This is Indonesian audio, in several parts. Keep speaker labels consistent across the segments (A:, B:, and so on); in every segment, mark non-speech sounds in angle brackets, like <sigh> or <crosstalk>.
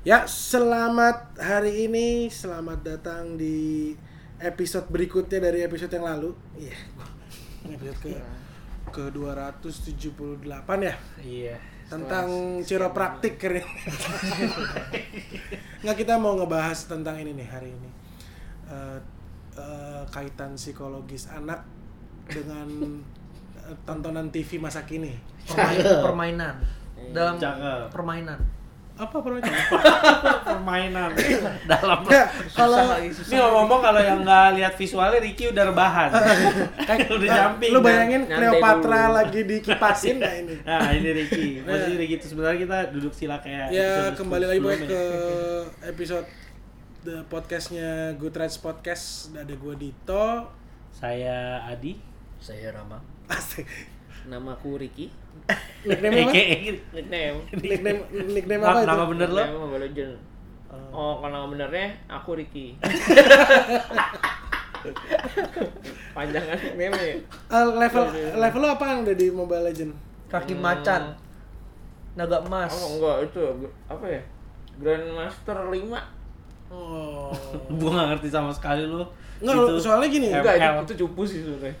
A: Ya, selamat hari ini, selamat datang di episode berikutnya dari episode yang lalu. Iya. Ini episode ke ke 278 ya
B: Iya.
A: tentang chiropraktik keren. Nggak kita mau ngebahas tentang ini nih hari ini. Eh, eh, kaitan psikologis anak dengan eh, tontonan TV masa kini.
B: Permain- permainan.
C: Iya.
D: Eh,
B: Dalam
C: Cakep.
B: permainan.
A: Apa permainannya?
C: permainan.
B: Dalam
A: Ya, kalau
B: susah lagi susah.
C: Ini ngomong kalau yang nggak lihat visualnya Ricky udah
A: <laughs>
C: rebahan.
A: kayak
C: Udah
A: nah,
C: jumping,
A: Lu
C: kan?
A: bayangin
D: Nyantai
A: Cleopatra
D: dulu.
A: lagi dikipasin nggak
C: <laughs>
A: ini?
C: Nah ini
A: <laughs>
C: Ricky. Posisi Ricky itu sebenarnya kita duduk sila kayak.
A: Ya
C: episode
A: kembali lagi boy,
C: sebelumnya.
A: ke episode the podcastnya Good Rights Podcast ada gue Dito <laughs>
C: Saya Adi.
B: Saya Rama.
A: asik
D: Namaku Ricky.
A: nickname apa?
C: Eke
D: Nickname.
A: nickname nickname apa
C: Nama
A: itu?
C: nama bener lo?
D: Nickname Mobile Legend. Oh, kalau nama benernya aku <laughs> Ricky. Panjang kan meme ya?
A: Eh, level
C: Iya,
A: level lo apaan udah di Mobile Legend?
B: Kaki macan. Naga emas.
D: Oh enggak itu apa ya? Grandmaster 5.
A: Oh.
C: Gue nggak ngerti sama sekali lo. Gitu.
A: Nggak,
C: Itu.
A: soalnya gini.
D: Enggak, itu,
C: ML.
D: itu cupu sih sebenarnya.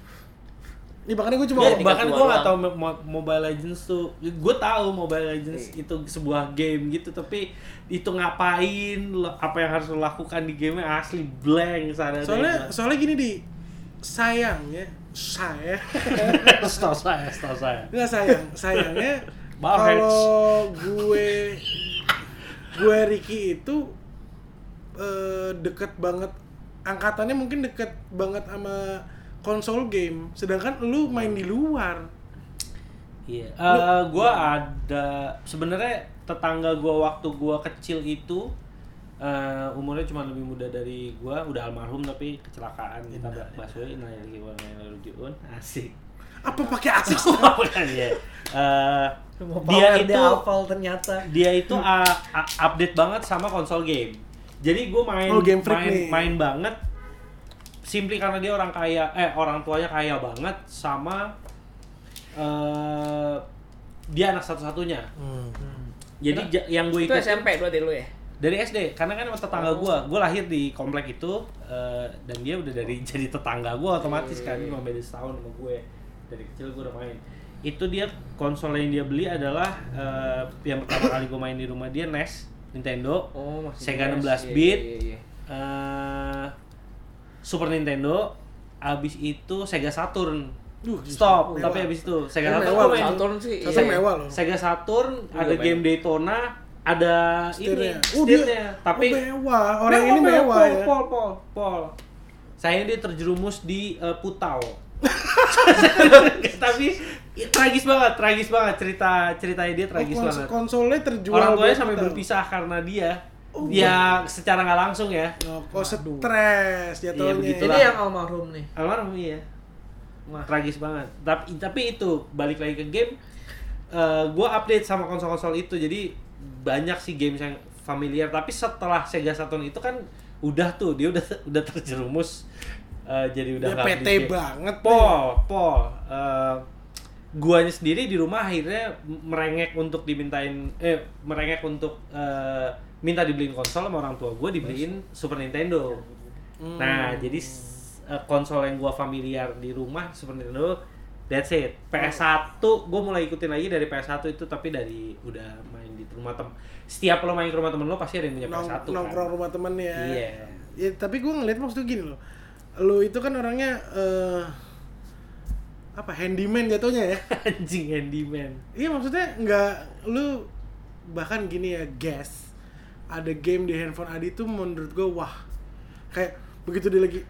A: Ini makanya gue cuma
C: Gua-
D: Dia
C: bahkan
D: tiga
C: gue
D: dua
C: nggak tahu
D: doang.
C: Mo- Mo- Mobile Legends tuh gue tahu Mobile Legends itu sebuah game gitu tapi itu ngapain lo- apa yang harus lo lakukan di game asli blank sadar <laughs>
A: soalnya soalnya gini di sayangnya saya <laughs>
C: <laughs> setahu saya setahu saya
A: Enggak sayang, sayangnya
C: <laughs> Barheads.
A: kalau gue gue Ricky itu eh, deket banget angkatannya mungkin deket banget sama konsol game, sedangkan lu main di luar.
C: Iya. Eh gua ada sebenarnya tetangga gua waktu gua kecil itu eh umurnya cuma lebih muda dari gua, udah almarhum tapi kecelakaan ditabrak busway innalillahi wa inna ilaihi raji'un. <laughs> Asik.
A: Apa pakai asik?
B: <laughs>
C: Bukan ya. Eh, dia
B: Dia
C: itu
B: dia hafal ternyata.
C: dia itu
A: Hmm.
C: uh, uh, update banget sama konsol game. Jadi gue main
A: Oh, game freak
C: main,
A: nih.
C: main banget simply karena dia orang kaya eh orang tuanya kaya banget sama eh dia anak satu-satunya.
A: Hmm.
C: Jadi ja- yang gue
D: Itu
C: ikut
D: SMP berarti lu ya?
C: dari SD karena kan emang tetangga gue gue lahir di komplek itu eh, dan dia udah dari <laughs> jadi tetangga gue otomatis kan cuma beda setahun sama gue dari kecil gue udah main itu dia konsol yang dia beli adalah eh, yang pertama kali gue main di rumah dia NES Nintendo
D: Oh,
C: Sega
D: jelas.
C: 16
D: Iya,
C: bit.
D: Iya, iya.
C: eh, Super Nintendo abis itu Sega Saturn
A: Duh,
C: stop
A: mewah.
C: tapi abis itu
D: iya.
C: Sega
D: Kan
C: Saturn
D: mewah,
C: gua main-
D: Saturn sih.
A: Satu
D: iya.
A: mewah loh.
C: Sega Saturn
D: Juga
C: ada
D: main.
C: game Daytona ada
A: Setirnya.
C: ini
A: Oh, dia-
C: setirnya.
A: oh,
C: tapi
A: mewah. Orang
C: Mewah,
A: ini
C: mewah,
A: mewah
C: pol,
A: ya.
C: pol pol pol sayangnya dia terjerumus di eh, putau tapi i- tragis banget tragis banget cerita ceritanya dia tragis
A: Oh, kons-
C: banget
A: Konsolnya terjual.
C: orang tuanya
A: buat
C: sampai
A: kita.
C: berpisah karena dia ya secara nggak langsung ya
A: Oh, kok stres jatuhnya.
C: Iya, begitulah.
B: Ini yang almarhum nih.
C: Almarhum iya. Wah, tragis banget. Tapi tapi itu balik lagi ke game eh gua update sama konsol-konsol itu. Jadi banyak sih games yang familiar, tapi setelah Sega Saturn itu kan udah tuh dia udah udah terjerumus eh, jadi udah
A: Dia
C: nggak
A: PT
C: beli game.
A: banget.
C: Pol, pol. Eh, guanya sendiri di rumah akhirnya merengek untuk dimintain eh merengek untuk eh, minta dibeliin konsol sama orang tua gua dibeliin Super Nintendo. Nah, jadi s- eh, konsol yang gua familiar di rumah Super Nintendo That's it. PS1 gue mulai ikutin lagi dari PS1 itu tapi dari udah main di rumah tem. Setiap lo main ke rumah temen lo pasti ada yang punya
A: Nong-
C: PS1
A: nongkrong
C: kan.
A: rumah temen ya.
C: Iya.
A: Ya, tapi gue ngeliat maksudnya gini loh. Lu itu kan orangnya eh apa handyman jatuhnya ya.
C: <laughs> Anjing handyman.
A: Iya maksudnya nggak lu bahkan gini ya guys ada game di handphone Adi tuh menurut gue wah kayak begitu dia lagi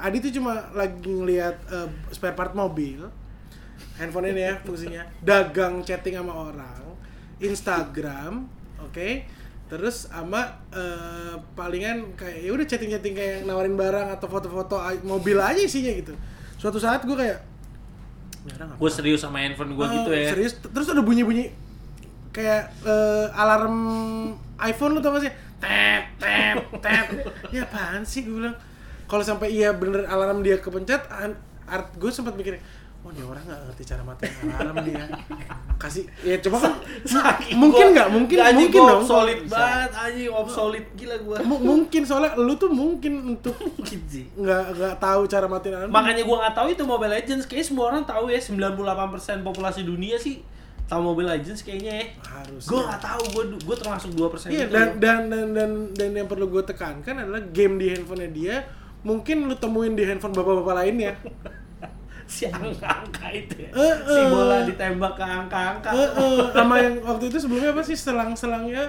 A: Adi tuh cuma lagi ngelihat eh, spare part mobil handphone ini ya fungsinya dagang chatting sama orang Instagram oke terus sama eh, palingan kayak ya udah chatting chatting kayak nawarin barang atau foto-foto a- mobil aja isinya gitu suatu saat gue kayak "Ini orang
C: Gue serius sama handphone gue
A: Ah,
C: gitu ya.
A: Serius, T- terus ada bunyi-bunyi kayak eh, alarm iPhone lu tau gak sih? Tep, tep,
C: <laughs>
A: tep. ya apaan sih gue bilang. Kalau sampai iya bener alarm dia kepencet, an- art gue sempat mikir, Oh dia orang nggak ngerti cara matiin alarm dia. Kasih ya coba kan mungkin nggak mungkin mungkin dong.
C: solid
A: Bisa.
C: banget anjing obsolete gila gua
A: Mu- mungkin soalnya lu tuh mungkin untuk
C: mungkin sih
A: nggak nggak tahu cara matiin alarm.
C: makanya gua nggak tahu itu Mobile Legends kayaknya semua orang tahu ya 98% populasi dunia sih tahu Mobile Legends kayaknya ya
A: harus.
C: gua nggak tahu gua gua termasuk 2%
A: Iya
C: itu
A: dan, dan dan dan dan yang perlu gue tekankan adalah game di handphonenya dia mungkin lu temuin di handphone bapak-bapak lainnya.
C: si angka-angka itu ya.
A: Eh,
C: si
A: eh.
C: bola ditembak ke angka-angka
A: Eh, eh, sama yang waktu itu sebelumnya apa sih selang-selangnya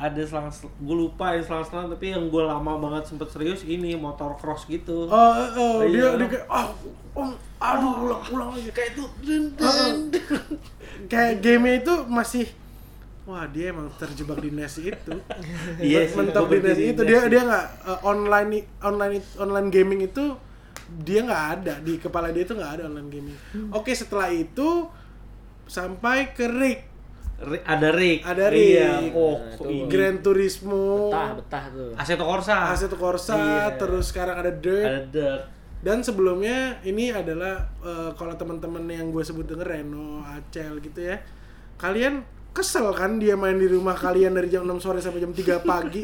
C: ada selang gue lupa yang selang selang tapi yang gue lama banget sempet serius ini motor cross
A: Oh,
C: gitu
A: oh, oh,
C: Oh,
A: dia
C: iya.
A: dia kayak oh, oh, aduh ulang ulang lagi kayak itu Eh, kayak game itu masih wah dia emang terjebak di NES itu
C: <laughs> Iya sih,
A: mentok
C: gua
A: di
C: berhenti
A: NES
C: di
A: itu
C: NES
A: dia
C: sih.
A: dia nggak eh, online online online gaming itu dia nggak ada di kepala dia itu nggak ada online gaming
C: Hmm.
A: oke setelah itu sampai ke Rick
C: Ri- ada Rick
A: Ada Rick.
C: iya. oh
D: Nah,
C: ini.
D: itu.
A: Gran Turismo
D: betah betah tuh
C: Assetto Corsa
A: Assetto Corsa
C: Iya.
A: terus sekarang ada Dirt
C: ada Dirt
A: Dan sebelumnya ini adalah eh, kalau teman-teman yang gue sebut denger Reno, Acel gitu ya. Kalian kesel kan dia main di rumah kalian dari jam 6 sore sampai jam 3 pagi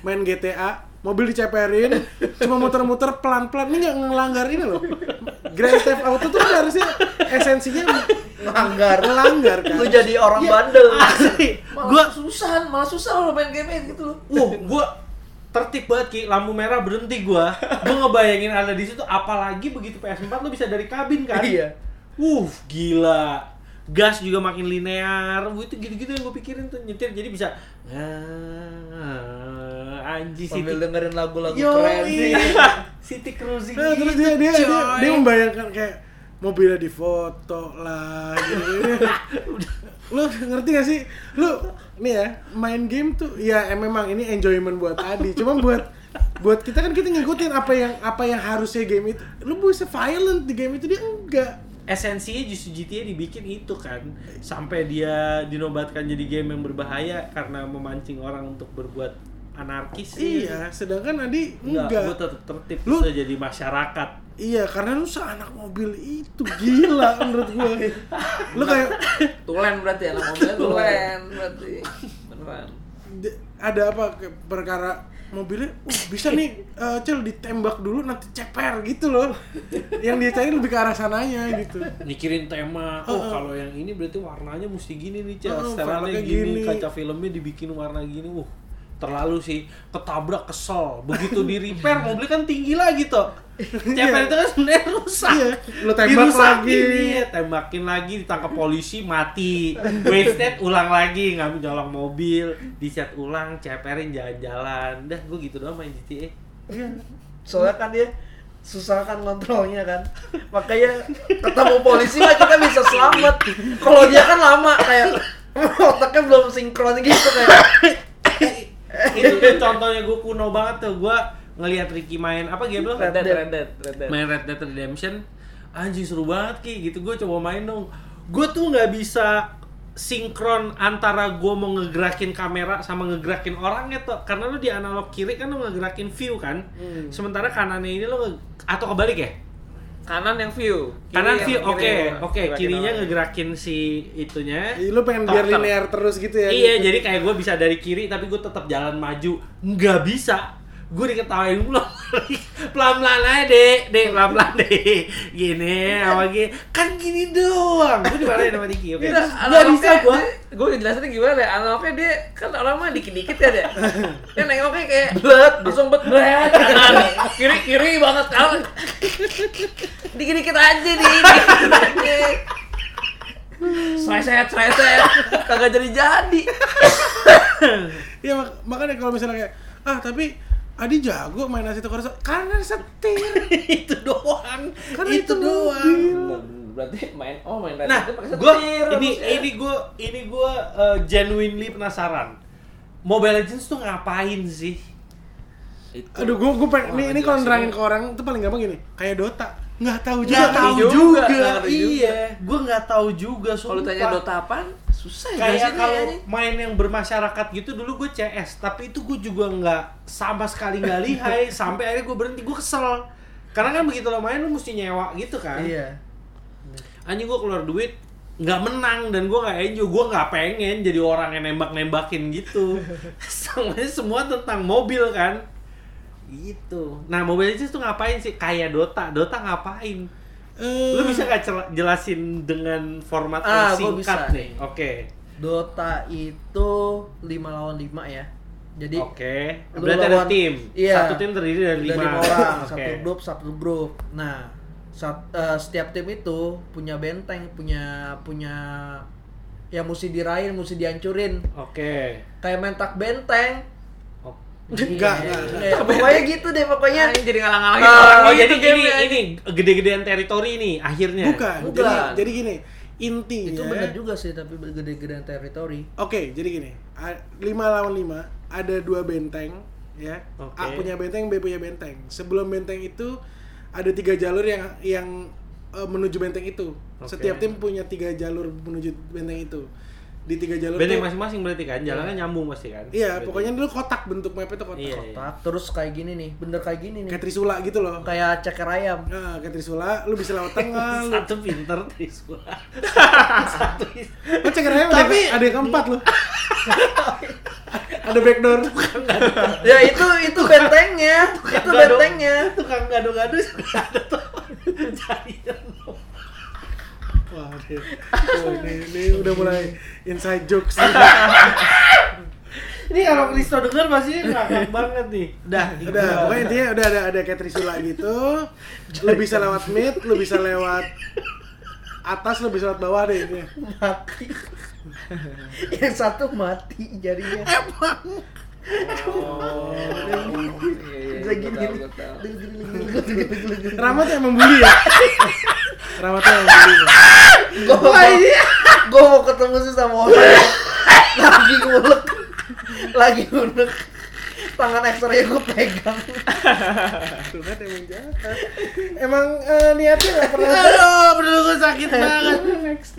A: main GTA, mobil diceperin, cuma muter-muter pelan-pelan ini nggak ngelanggar ini loh. Grand Theft Auto tuh kan harusnya esensinya
B: Melanggar.
A: melanggar kan.
B: Lu jadi orang bandel.
C: Iya. <laughs> Gua-
B: Malah susah, malah susah lo main game gitu lo.
C: Wah, gue tertib banget ki lampu merah berhenti gue gue ngebayangin ada di situ apalagi begitu PS4 lo bisa dari kabin kan
B: Iya.
C: uh gila gas juga makin linear Wuh, itu gitu-gitu yang gue pikirin tuh nyetir jadi bisa ah, anjing
B: Sambil
C: City
B: dengerin lagu-lagu
A: Yo,
B: keren
C: <laughs>
B: <laughs> sih.
A: iya.
C: City cruising
A: Nah, terus
C: gitu,
A: dia dia, dia
C: coy.
A: dia membayangkan kayak mobilnya difoto lah gitu.
C: <laughs>
A: lu ngerti gak sih? Lu nih ya, main game tuh ya em- memang ini enjoyment buat Adi. Cuma buat buat kita kan kita ngikutin apa yang apa yang harusnya game itu. Lu bisa violent di game itu dia enggak.
C: esensinya justru GTA dibikin itu kan sampai dia dinobatkan jadi game yang berbahaya karena memancing orang untuk berbuat anarkis
A: Iya, sedangkan Adi
C: enggak gue
A: enggak.
C: tetap tertib
A: Lu-
C: bisa jadi masyarakat
A: Iya, karena lu seanak mobil itu gila menurut gua. Lu kayak
D: tulen berarti anak mobilnya tulen berarti beneran
A: D- ada apa ke- perkara mobilnya uh, bisa nih eh, cel ditembak dulu nanti ceper gitu loh yang dia cari lebih ke arah sananya gitu
C: mikirin tema
A: Oh,
C: oh,
A: oh.
C: kalau yang ini berarti warnanya mesti gini
A: Oh,
C: nih cel
A: oh,
C: setelannya
A: filmnya
C: gini,
A: gini.
C: kaca filmnya dibikin warna gini uh terlalu sih ketabrak kesel begitu di
A: <laughs>
C: repair mobil kan tinggi lagi toh ceper itu kan sebenarnya rusak
A: Iya, lu tembak
C: Dirusakin
A: lagi.
C: dia, tembakin lagi ditangkap polisi mati wasted ulang lagi ngambil nyolong mobil dicat ulang ceperin jalan-jalan dah gue gitu doang main GTA
A: Iya.
B: Soalnya kan dia susah kan kontrolnya kan makanya ketemu polisi mah kita bisa selamat kalau dia kan lama kayak <laughs> otaknya belum sinkron gitu kayak
C: itu tuh contohnya gue kuno banget tuh gue ngelihat Ricky main apa game lo
D: Red Dead Red Dead Red Dead
C: main Red Dead Redemption anjing seru banget ki gitu gue coba main dong gue tuh nggak bisa sinkron antara gue mau ngegerakin kamera sama ngegerakin orangnya tuh karena lu di analog kiri kan lu ngegerakin view kan
A: Hmm.
C: sementara kanannya ini lo nge- atau kebalik ya
D: kanan yang view kiri
C: kanan
D: yang
C: view
D: kiri.
C: oke oke
D: Gerakin
C: kirinya
D: orang.
C: ngegerakin si itunya
A: Ih, lu pengen biar
C: Dokter.
A: linear terus gitu ya
C: Iya, jadi kayak gue bisa dari kiri tapi gue tetap jalan maju. Nggak bisa. Gue diketawain mulu. <laughs> Pelan-pelan aja, Dek. Dek, pelan-pelan, Dek. Gini, apa gini. Kan gini doang. Gue dimarahin sama Diki, oke.
D: Udah,
C: Nggak bisa gue.
D: Gue jelasin gimana deh, analognya dia kan orang mah dikit-dikit ya <laughs> deh Dia nengoknya kayak blet, langsung bet <laughs> blet kanan. Kiri-kiri banget kan Dikit-dikit aja nih, dikit-dikit aja Sreset, sreset, kagak jadi-jadi
A: Iya, mak- makanya kalau misalnya kayak ah tapi Adi jago main nasi tukar karena setir
C: <laughs> itu doang.
A: Kan
C: itu
A: itu
C: doang.
D: Berarti main, oh main red
C: Nah,
D: itu pakai
C: gue
D: setir
C: ini
D: maksudnya.
C: ini gue ini gue uh, genuinely penasaran. Mobile Legends tuh ngapain sih?
D: Itu.
A: aduh gua gua pengen
D: Wah,
A: ini, ini kalau
D: jelasin
A: nerangin
D: dulu.
A: ke orang itu paling gampang gini kayak Dota nggak tahu juga
C: Nggak tahu
D: juga,
C: juga.
D: nggak tahu juga.
C: Iya, gue nggak tahu juga.
D: Kalau tanya
C: sumpah.
D: Dota apaan, susah ya
C: kayak
D: jelasinnya,
C: kalau
D: anjing.
C: main yang bermasyarakat gitu dulu gue CS tapi itu gue juga nggak sama sekali
B: <laughs>
C: nggak lihai sampai akhirnya gue berhenti gue kesel karena kan begitu lo main lo mesti nyewa gitu kan
B: iya
C: anjing gue keluar duit nggak menang dan gue nggak enjoy gue nggak pengen jadi orang yang nembak nembakin
B: <laughs>
C: gitu semuanya semua tentang mobil kan gitu nah mobil Legends tuh ngapain sih kayak Dota Dota ngapain lu bisa gak cel- jelasin dengan format
B: Eh. Ah,
C: yang
B: gua
C: singkat
B: bisa.
C: nih oke
B: Dota itu 5 lawan 5 ya. Jadi
C: Oke,
B: lu
C: berarti ada
B: lawan-
C: tim.
B: iya.
C: Satu tim terdiri dari
B: dari
C: lima,
B: lima orang,
C: Oke.
B: satu grup, satu grup. Nah, sat- eh, setiap tim itu punya benteng, punya punya yang mesti dirain, mesti dihancurin.
C: Oke.
B: Kayak mentak benteng.
C: Oh.
A: Enggak,
B: Iya.
A: enggak,
B: Eh, Pokoknya gitu deh pokoknya.
D: Anjing jadi ngalang-ngalangin
B: Ah,
D: orang
C: Oh,
D: gitu
C: jadi ini
D: gamenya.
C: ini gede-gedean teritori nih akhirnya.
A: Bukan. Jadi
B: Bukan.
A: jadi gini, intinya
C: Iya.
B: Itu bener juga sih tapi gede-gedean teritori.
A: Oke, jadi gini. 5 lawan 5, ada dua benteng ya.
C: Oke.
A: A punya benteng, B punya benteng. Sebelum benteng itu ada tiga jalur yang yang eh, menuju benteng itu.
C: Oke.
A: Setiap tim punya tiga jalur menuju benteng itu. Di tiga jalur
C: Benteng
A: tuh-
C: masing-masing berarti kan jalannya nyambung pasti kan.
A: Iya,
C: Berarti.
A: pokoknya dulu kotak bentuk map itu kotak.
C: Iya. Kan
B: Tak, terus kayak gini nih, bener kayak gini nih.
A: Kayak trisula gitu loh.
B: Kayak ceker
C: <laughs>
B: ayam.
A: Nah, kayak trisula, lu bisa lewat tengah,
B: <laughs>
A: lu.
C: Satu pinter Trisula. Satu
A: Lu cek aja, ada, ada yang keempat
B: <laughs>
A: lu. ada backdoor.
B: ya itu itu bentengnya, itu
C: Kan Enggak dong.
B: bentengnya.
C: tukang gado-gado juga ada tuh. Jadi
A: Wah, ini, wah, ini, ini udah mulai inside jokes.
C: ini kalau Kristo denger pasti ngakak banget nih. Dah, gitu.
A: udah pokoknya intinya udah ada ada kayak trisula gitu lu bisa lewat mid lu bisa lewat atas lu bisa lewat bawah deh intinya
B: mati <laughs> yang satu mati jarinya bisa gini nih.
A: Rama tuh emang bully ya Rama tuh emang bully ya?
B: gua mau gua mau ketemu sih sama orang lagi ngulek lagi ngulek tangan eksternya gua pegang
A: Tuh kan emang jahat emang eh, niatnya gak pernah
C: Aduh, perlu gue <laughs> sakit banget.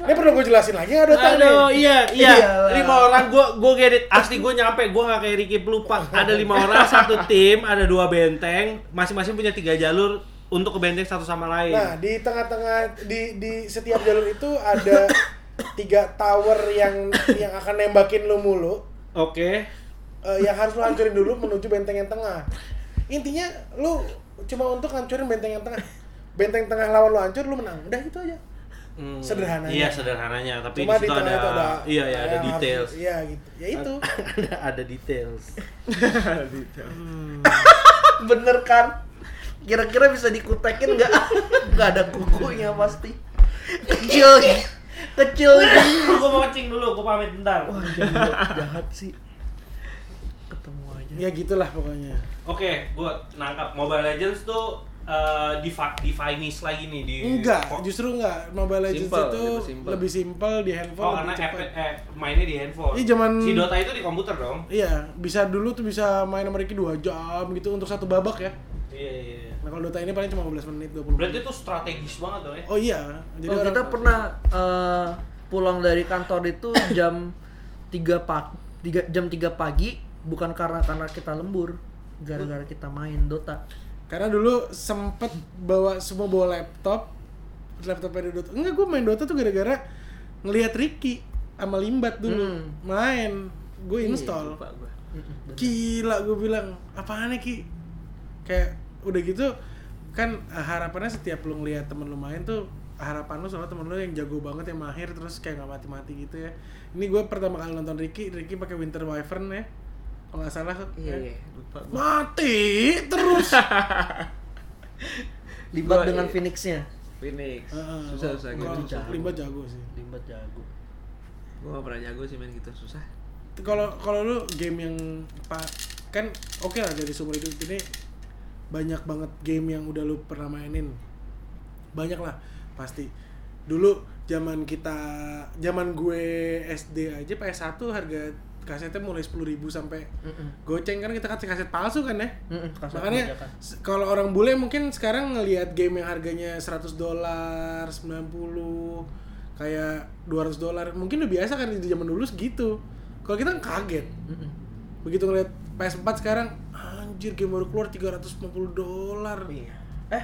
A: ini perlu gue jelasin lagi nggak Dota nih
C: Aduh, iya, iya.
B: Iyalah.
C: Lima orang gue gue get it. Asli gue nyampe, gue gak kayak Ricky Pelupa. Ada lima orang, satu tim, ada dua benteng, masing-masing punya tiga jalur untuk ke benteng satu sama lain.
A: nah di tengah-tengah di di setiap jalur itu ada tiga tower yang yang akan nembakin lu mulu
C: Oke.
A: Eh, yang harus lu hancurin dulu menuju benteng yang tengah. Intinya lu cuma untuk hancurin benteng yang tengah. Benteng tengah lawan lu hancur, lu menang. Udah gitu aja.
C: Hmm,
A: Sederhananya.
C: Iya, sederhananya, tapi
A: cuma
C: di situ ada,
A: tengah itu
C: iya ya, ada
A: yang harus-
C: details.
A: Iya gitu. Ya itu.
C: <laughs> ada, ada details.
B: bener kan kira-kira bisa dikutekin nggak nggak ada kukunya pasti kecil kecil
C: gue mau kencing dulu, gue pamit bentar.
B: Wah, jahat, jahat sih. Ketemu aja.
A: ya gitulah pokoknya.
C: Oke, gue nangkap Mobile Legends tuh eh, diva- divinish lagi nih di
A: Enggak,
C: Iya. kok-
A: justru enggak. Mobile Legends
D: Simple,
A: itu
D: lebih simple.
A: lebih simpel di handphone
C: Oh, karena
A: lebih cepat.
C: app- eh, mainnya di handphone.
A: Iya, zaman-
C: si Dota itu di komputer dong.
A: Iya, bisa dulu tuh bisa main sama Ricky 2 jam gitu untuk satu babak ya.
C: Iya, iya, iya.
A: Nah, kalau Dota ini paling cuma 15 menit, 20 menit.
C: Berarti itu strategis banget dong ya.
A: Oh iya,
B: Oh,
A: orang-
B: kita pernah eh, pulang dari kantor itu
A: <coughs>
B: jam 3 pagi, jam 3 pagi bukan karena karena kita lembur, gara-gara kita main Dota.
A: Karena dulu sempet bawa semua bawa laptop, laptop dari Dota. Enggak, gue main Dota tuh gara-gara ngelihat Ricky sama Limbat dulu
B: Hmm.
A: main. Gue install.
D: Lupa gua.
A: Gila gue bilang, apaan nih, Ki? Kayak udah gitu kan eh, harapannya setiap lu ngelihat temen lu main tuh harapan lu soalnya temen lu yang jago banget yang mahir terus kayak nggak mati-mati gitu ya ini gue pertama kali nonton Ricky Ricky pakai Winter Wyvern ya kalau nggak salah ya.
D: Iya, iya, lupa gua.
A: mati terus
B: Libat
D: Gua-
B: dengan
D: iya.
B: Phoenixnya.
D: Phoenix.
A: Heeh,
D: Susah susah
A: kalau-
D: gitu.
A: kalau Limbat jago sih.
B: Libat jago.
D: Gua gak pernah jago sih main gitu, susah.
A: Kalau kalau lu game yang pak kan oke lah dari sumber hidup ini banyak banget game yang udah lu pernah mainin. Banyak lah pasti. Dulu zaman kita zaman gue SD aja PS1 harga kasetnya mulai 10.000 sampai goceng kan kita kasih kaset palsu kan ya. Makanya
B: ya,
A: se- kalau orang bule mungkin sekarang ngelihat game yang harganya 100 dolar, 90 kayak 200 dolar, mungkin udah biasa kan di zaman dulu segitu. Kalau kita kan kaget. Begitu ngelihat PS4 sekarang anjir game baru keluar 350 dolar.
B: Eh,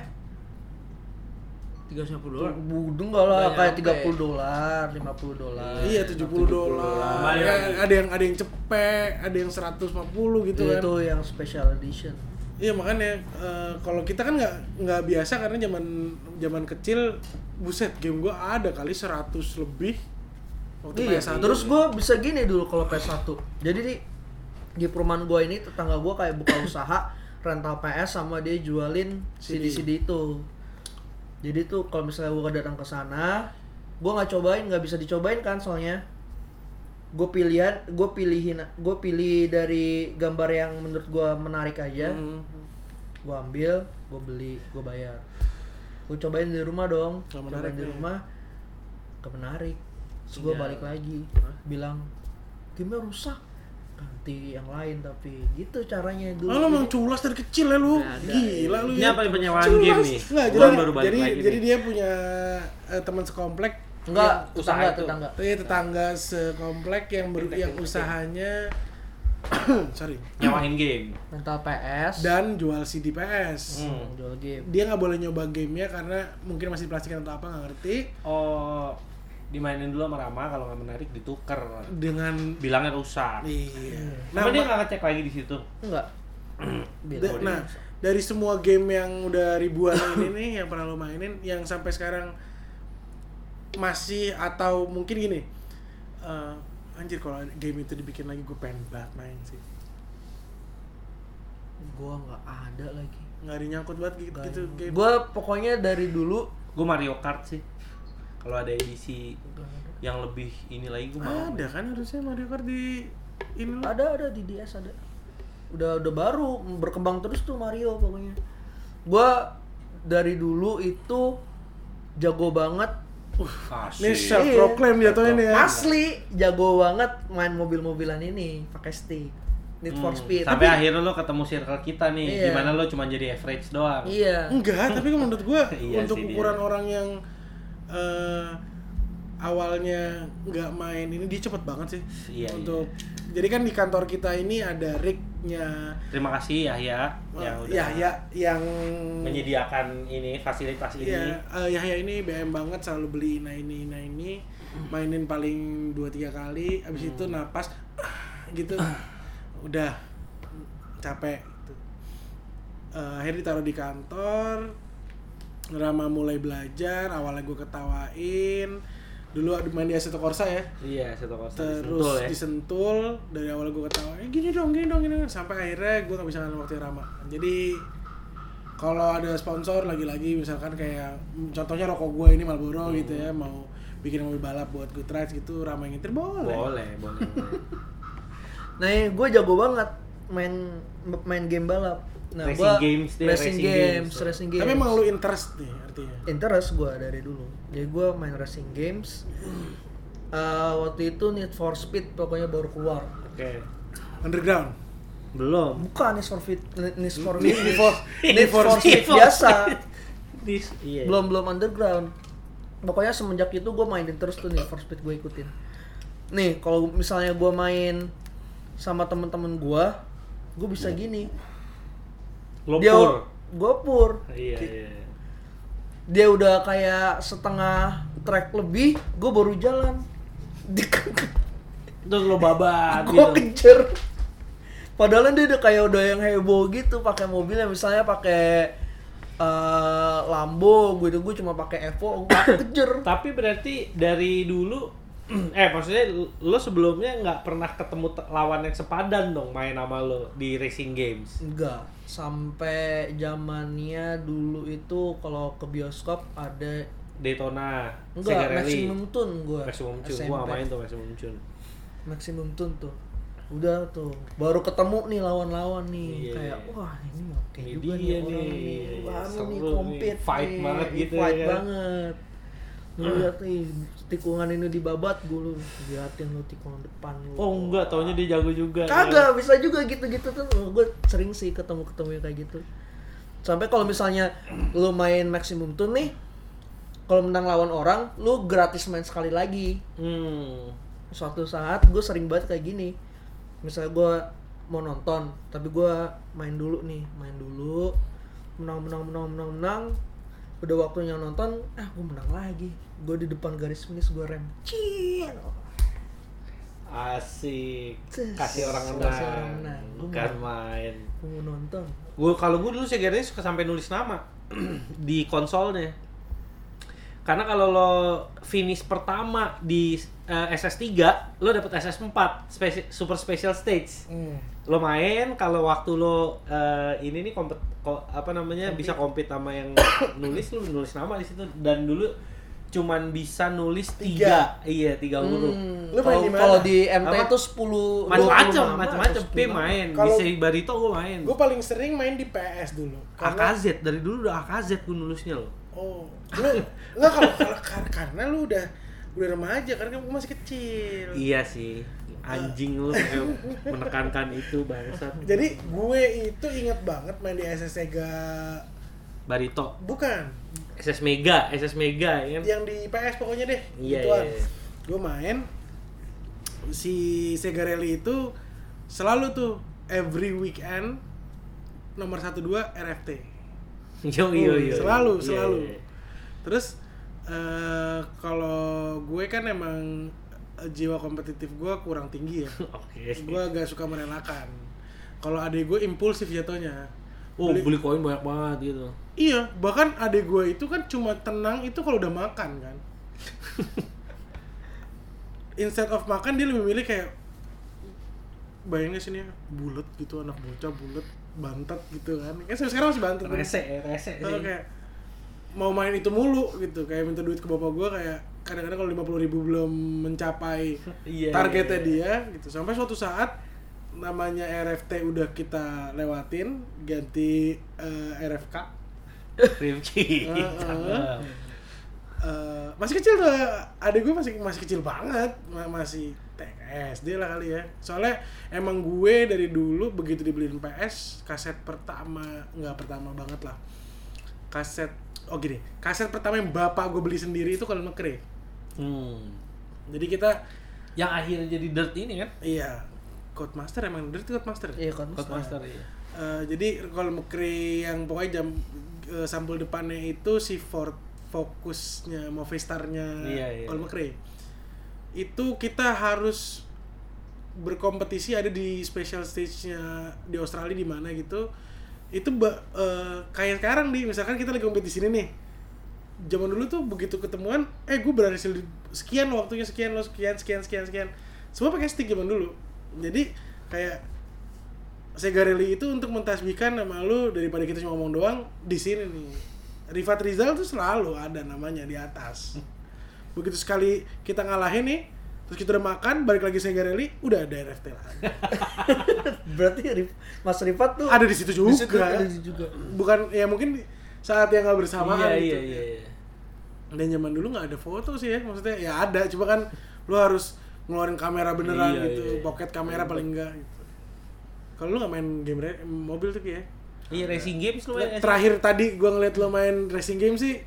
D: 350 dolar.
B: Budu enggak lah,
D: Banyak
B: kayak
D: sampai.
B: 30 dolar, 50 dolar.
A: Iya 70 dolar.
C: Banyak.
A: Ya, ada yang ada yang cepek, ada yang 150 gitu
B: Itu,
A: kan.
B: Iya, itu yang special edition.
A: Iya makanya eh, kalau kita kan nggak nggak biasa karena zaman zaman kecil buset game gua ada kali 100 lebih. Waktu
B: Iya,
A: PS1.
B: terus gue bisa gini dulu kalau PS1. Jadi di, di perumahan gue ini tetangga gue kayak
A: <coughs>
B: buka usaha rental PS sama dia jualin
A: CD.
B: CD-CD itu. Jadi tuh kalau misalnya gue datang ke sana, gue nggak cobain, nggak bisa dicobain kan soalnya. Gue pilihan, gue pilihin, gue pilih dari gambar yang menurut gue menarik aja.
A: Hmm,
B: Gue ambil, gue beli, gue bayar. Gue cobain di rumah dong,
A: Nggak menarik
B: cobain di
A: nih.
B: rumah, gak menarik. Terus gue
D: Iya.
B: balik lagi, bilang game rusak, ganti yang lain tapi gitu caranya
C: hmm.
B: dulu.
A: Ah, lu emang culas dari kecil ya lu.
D: Nggak ada.
A: Gila lu.
C: iya. Ini
A: ya.
C: apa nih penyewaan
A: Culas.
C: game nih?
A: Nggak,
C: Gua
A: jadi,
C: baru balik
A: jadi,
C: lagi
A: jadi
C: nih.
A: dia punya eh, teman sekomplek
B: Enggak,
D: Iya, usaha
B: tetangga,
D: itu.
B: tetangga.
A: Iya tetangga sekomplek yang ber, yang usahanya <coughs> sorry
C: nyewain game.
B: Rental PS,
A: dan jual CD PS.
C: Hmm.
B: jual game.
A: Dia nggak boleh nyoba gamenya karena mungkin masih plastikan atau apa nggak ngerti
C: Oh, dimainin dulu sama Rama kalau nggak menarik ditukar.
A: dengan
C: Bilangnya rusak.
A: iya. Nah,
C: Kenapa dia
A: ma-
C: nggak ngecek lagi di situ?
A: <clears throat>
B: Enggak.
A: da-
B: Bilang.
A: nah, dari semua game yang udah ribuan ini nih yang pernah lo mainin yang sampai sekarang masih atau mungkin gini eh, anjir kalau game itu dibikin lagi gue pengen banget main sih
B: Gua nggak ada lagi.
A: nggak ada yang nyangkut banget gitu,
B: Nggak
A: gitu
B: ada.
A: game
B: Gua pokoknya dari dulu
C: Gue Mario Kart sih. Kalau ada edisi yang lebih ini lagi gue mau.
A: ada kan harusnya Mario Kart di ini lo
B: ada ada di DS ada udah udah baru berkembang terus tuh Mario pokoknya gua dari dulu itu jago banget
A: ini
C: Kasih.
A: self proclaim jatuhnya nih ya
B: asli jago banget main mobil-mobilan ini pakai stick Need for
C: Hmm,
B: Speed
C: Sampai
B: Tapi-
C: akhirnya lo ketemu circle kita nih,
B: Iya.
C: dimana lo cuma jadi average doang.
B: iya
A: Enggak, tapi menurut gua
C: <laughs> Iya
A: untuk
C: sih,
A: ukuran
C: dia.
A: orang yang eh, awalnya nggak main ini dia cepet banget sih.
C: Iya,
A: untuk jadi kan di kantor kita ini ada rignya
C: Terima kasih Yahya
A: ya,
C: yang udah
B: Iya.
A: ya, ya yang
C: menyediakan ini fasilitas ini.
B: Iya.
A: ya, eh, Yahya ini BM banget selalu beli ina ini ina ini mainin paling 2 3 kali abis itu napas gitu udah capek gitu. Eh, akhirnya ditaruh di kantor Rama mulai belajar awalnya gue ketawain dulu ada main di Assetto Corsa ya
C: Iya, satu kosong.
A: terus
C: ya.
A: disentul, dari awal gue ketawa eh, gini dong gini dong gini dong." sampai akhirnya gue nggak bisa ngalamin waktu Rama jadi kalau ada sponsor lagi-lagi misalkan kayak mm, contohnya rokok gue ini Marlboro
C: Hmm.
A: gitu ya mau bikin mobil balap buat good rides gitu Rama yang nyetir boleh,
C: boleh, boleh.
B: nah gue jago banget main main game balap nah
C: Racing
B: gua
C: games deh,
B: racing,
C: racing
B: games,
C: games.
B: racing games
A: tapi emang lu interest nih artinya
B: interest gue dari dulu jadi gue main racing games Eh, waktu itu Need for Speed pokoknya baru keluar
C: Oke.
A: underground
C: Belum.
B: bukan Need for Speed Need for Speed
A: Need for-
B: Need for Speed
C: Need for
B: biasa
C: Dis, iya.
B: belum belum underground pokoknya semenjak itu gue mainin terus tuh Need for Speed gue ikutin nih kalau misalnya gue main sama temen-temen gue gue bisa gini
C: Lopur.
B: gue pur
C: Iya, iya.
B: dia udah kayak setengah track lebih gue baru jalan <laughs> Di-
C: Terus lo babat
B: gue
C: gitu.
B: kejar padahal dia udah kayak udah yang heboh gitu pakai mobilnya misalnya pakai eh, Lambo gue gue cuma pakai Evo gue kejar
C: Tapi berarti dari dulu <clears throat> eh maksudnya lo sebelumnya nggak pernah ketemu te- lawan yang sepadan dong main sama lo di racing games.
B: enggak sampai zamannya dulu itu kalau ke bioskop ada
C: Daytona,
B: enggak
C: Segarelli.
B: maximum tun gue
C: Maximum Cun,
B: SMP.
C: gua nggak main tuh Maximum Cun.
B: maximum tun tuh udah tuh baru ketemu nih lawan-lawan nih
C: Iya.
B: kayak wah ini mau kayak
C: Ini
B: juga nih
C: dia
B: orang
C: nih.
B: nih wah ini
C: Seru
B: nih
C: nih.
B: compete
C: Fight
B: nih.
C: banget gitu ya
B: fight
C: kan.
B: banget Lu lihat nih tikungan ini dibabat gue lu liatin lu tikungan depan lu
C: Oh enggak, taunya dia jago juga.
B: kagak bisa juga gitu-gitu tuh gue sering sih ketemu-ketemu yang kayak gitu sampai kalau misalnya lu main maximum tuh nih kalau menang lawan orang lu gratis main sekali lagi
C: Hmm.
B: suatu saat gue sering banget kayak gini misalnya gue mau nonton tapi gue main dulu nih main dulu menang menang menang menang menang udah waktunya nonton ah gue menang lagi gue di depan garis finish gue rem cil
C: Asik.
B: Cus.
C: Kasih orang menang.
B: Kasih orang menang.
C: Bukan main.
B: gue mau nonton
C: Gue kalau gue dulu segernya suka sampai nulis nama <clears throat> di konsolnya. Karena kalau lo finish pertama di eh, SS3, lo dapet SS4, spesi- Super Special Stage. Lo main kalau waktu lo eh, ini nih kompet ko- apa namanya bisa kompet sama yang <coughs> nulis lo nulis nama di situ dan dulu cuman bisa nulis tiga, iya tiga huruf.
A: Lu main di
B: Kalau-
A: mana?
B: kalau di MT
C: Apa?
B: itu 10
C: macam-macam
B: 20 nama,
C: macam-macam
B: atau
C: P
B: 10 nama.
C: main
A: Kalau-
C: bisa barito gue main
A: Gue paling sering main di PS dulu. Karena,
C: AKZ dari dulu udah AKZ gue nulisnya loh
A: oh, lu nggak kalau kalau- kar- karena lu udah udah remaja karena gue masih kecil.
C: iya sih anjing <laughs> lu kayak menekankan itu bangsat
A: Jadi gue itu inget banget main di SS Sega
C: barito
A: bukan
C: SS Mega SS Mega ya kan
A: yang di PS pokoknya deh.
C: Iya,
A: gituan.
C: iya, iya.
A: Gue main si Sega Rally itu selalu tuh every weekend nomor 1 2 RFT.
C: yo yo yo
A: selalu
C: Iya,
A: selalu
C: iya.
A: terus eh kalau gue kan emang eh, jiwa kompetitif gue kurang tinggi
C: <laughs>
A: ya
C: oke
A: gue agak suka merelakan kalau adik gue impulsif jatuhnya
C: oh beli koin banyak banget gitu
A: iya bahkan adik gue itu kan cuma tenang itu kalau udah makan kan instead of makan dia lebih milih kayak bayangnya sini ya, bulat gitu anak bocah bulat bantet gitu kan kan sampai sekarang masih bantet kan?
C: rese ya, rese
A: Kalau
C: sih.
A: kayak mau main itu mulu gitu, kayak minta duit ke bapak gua kayak kadang-kadang kalau lima ribu belum mencapai
C: <laughs> Iya,
A: targetnya
C: iya,
A: dia gitu. Sampai suatu saat namanya RFT udah kita lewatin, ganti eh, RFK. <laughs>
C: Rifki
A: Heeh. Eh, masih kecil tuh adik gue masih masih kecil banget Ma- masih TS dia lah kali ya soalnya emang gue dari dulu begitu dibeliin PS kaset pertama nggak pertama banget lah kaset oh gini kaset pertama yang bapak gue beli sendiri itu kalau mekre
C: hmm.
A: jadi kita
C: yang akhirnya jadi dirt ini kan
A: iya Codemaster emang dari Codemaster
B: iya kan <laughs>
C: Codemaster iya
A: Eh, jadi kalau mekri yang pokoknya jam eh, sampul depannya itu si Ford fokusnya mau V-Star-nya
C: Iya, iya.
A: kalau mekri itu kita harus berkompetisi ada di special stage-nya di Australia di mana gitu itu ba- eh, kayak sekarang nih misalkan kita lagi kompetisi ini nih zaman dulu tuh begitu ketemuan eh gue berhasil di- sekian lo waktunya sekian lo sekian sekian sekian sekian semua pakai stick zaman dulu jadi kayak Segarelli itu untuk mentasbihkan nama lu daripada kita cuma ngomong doang di sini nih. Rifat Rizal tuh selalu ada namanya di atas. Begitu sekali kita ngalahin nih, terus kita udah makan, balik lagi Segarelli, udah ada RFT lagi.
B: berarti Rif- Mas Rifat tuh
A: Ada di situ juga.
B: di situ ada di juga
A: Bukan ya mungkin saat yang nggak bersamaan
C: iya
A: gitu.
C: iya iya iya.
A: Dan zaman dulu nggak ada foto sih ya, maksudnya ya ada, cuma kan lu harus ngeluarin kamera beneran
C: Iya,
A: gitu,
C: iya.
A: pocket kamera paling enggak gitu. Kalau lu nggak main game re- mobil tuh Ki, ya,
C: Iya racing games lu main nggak sih?
A: terakhir tadi gua ngeliat lo main racing game sih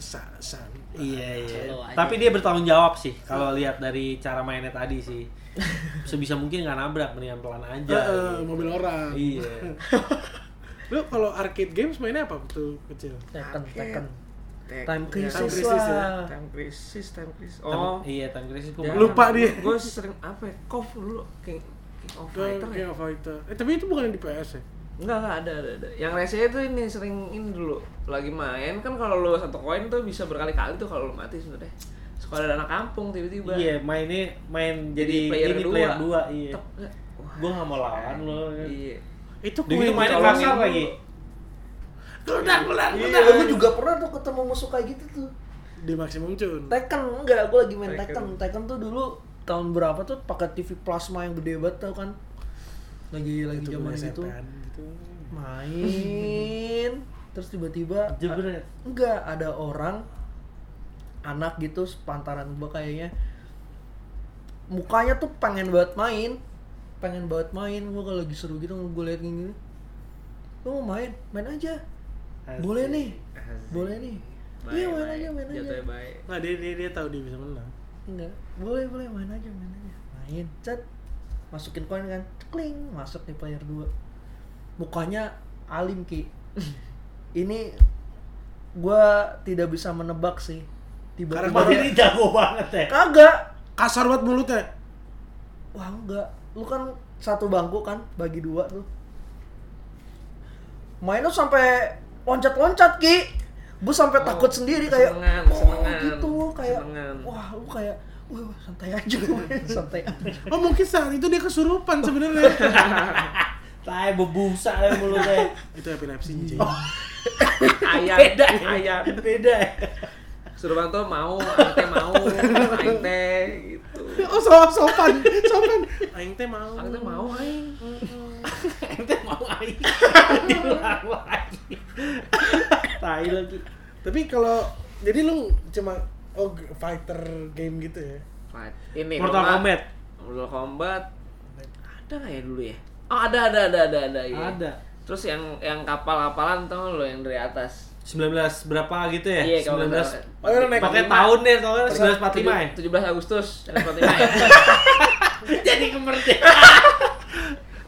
A: sa san
C: Iya iya.
D: Solo aja.
C: Tapi dia bertanggung jawab sih kalau lihat dari cara mainnya tadi
D: <laughs>
C: sih. Sebisa mungkin nggak nabrak mendingan pelan aja.
A: Eh, eh,
C: gitu.
A: mobil orang
D: <laughs>
C: Iya.
A: lu kalau arcade games mainnya apa waktu kecil
B: Tekken Tekken
D: Tek-
B: Time
A: Time
B: Crisis
A: Crisis ya.
B: lah
D: Time crisis, time crisis.
C: Oh.
D: Oh,
C: Iya, time crisis gua
A: Lu- Lupa dia.
D: Gue sih sering apa ya? Kof dulu King, King of
A: Ke-
D: Fighter ya?
A: King of Fighter eh tapi itu bukan yang di PS ya
D: Enggak, enggak ada, ada, ada. Yang rese itu ini sering ini dulu lagi main kan kalau lu satu koin tuh bisa berkali-kali tuh kalau lu mati sebenarnya. Sekolah ada anak kampung tiba-tiba.
C: Iya, mainnya main jadi, ini
D: kedua.
C: player 2, iya.
D: Tep, nggak? Wah,
C: Gua nggak mau lawan lu.
D: Iya.
A: itu
C: Udah gitu
A: kue
C: mainnya
D: ditolongin
C: kasar
D: dulu.
C: lagi.
A: gelang gelang
B: Iya, gue juga pernah tuh ketemu musuh kayak gitu tuh.
A: di Maximum Cun
B: Tekken enggak, gue lagi main
D: Tekken.
B: Tekken. Tekken tuh dulu tahun berapa tuh pakai TV plasma yang gede banget tau kan? Lagi lagi zaman itu
A: gitu
B: main terus tiba-tiba ah,
C: Jebret.
B: enggak ada orang anak gitu sepantaran gue kayaknya mukanya tuh pengen banget main pengen banget main gue kalau lagi seru gitu gue liat gini lu mau main main aja boleh nih
D: Asik.
B: boleh nih
D: Baik,
B: iya main
D: baik.
B: aja main aja
D: Jatuhnya baik.
A: nggak dia dia dia tahu dia bisa menang
B: enggak boleh boleh main aja main aja main cet masukin koin kan kling masuk di player <laughs> 2 mukanya alim ki ini gua tidak bisa menebak sih.
A: Karena
B: Tiba-tiba
A: gua-
B: dia-
A: Ini
C: jago banget ya.
B: kagak.
A: Kasar banget mulutnya.
B: Wah, enggak. Lu kan satu bangku kan bagi dua tuh. Main lu sampai loncat-loncat, Ki. Gua
D: Oh,
B: sampai takut sendiri kayak
D: senengan,
B: oh,
D: senengan,
B: gitu kayak
D: senengan.
B: wah, lu kayak wah, wah, santai aja, santai aja.
A: Oh mungkin saat itu dia kesurupan sebenarnya. <laughs>
C: Tai bebusa lah
D: <laughs>
C: mulutnya.
A: itu epilepsi Oh, anjing.
D: ayam
C: Beda.
D: ayam
C: Beda. ya.
D: Surbanto mau aing teh mau aing teh gitu
A: <laughs> Oh, so- sopan, sopan. Aing teh mau.
D: aing teh mau aing
C: Ente mau lagi. Diulang lagi. <laughs> Tai lagi.
A: Tapi kalau jadi lu cuma oh g- fighter game gitu ya.
D: Fight. ini
C: Mortal
D: Roma.
C: Kombat.
D: Mortal Kombat ada nggak ya dulu ya oh ada ada ada ada ada, iya.
C: Ada.
D: terus yang yang kapal-kapalan tau nggak lo yang dari atas
C: 19 berapa gitu ya?
D: Iya, kalau
C: 19
A: Oh, lu naik
C: pakai tahun deh, soalnya 1945 ya. <laughs>
D: 17 Agustus 1945 ya?
C: Jadi kemerdekaan.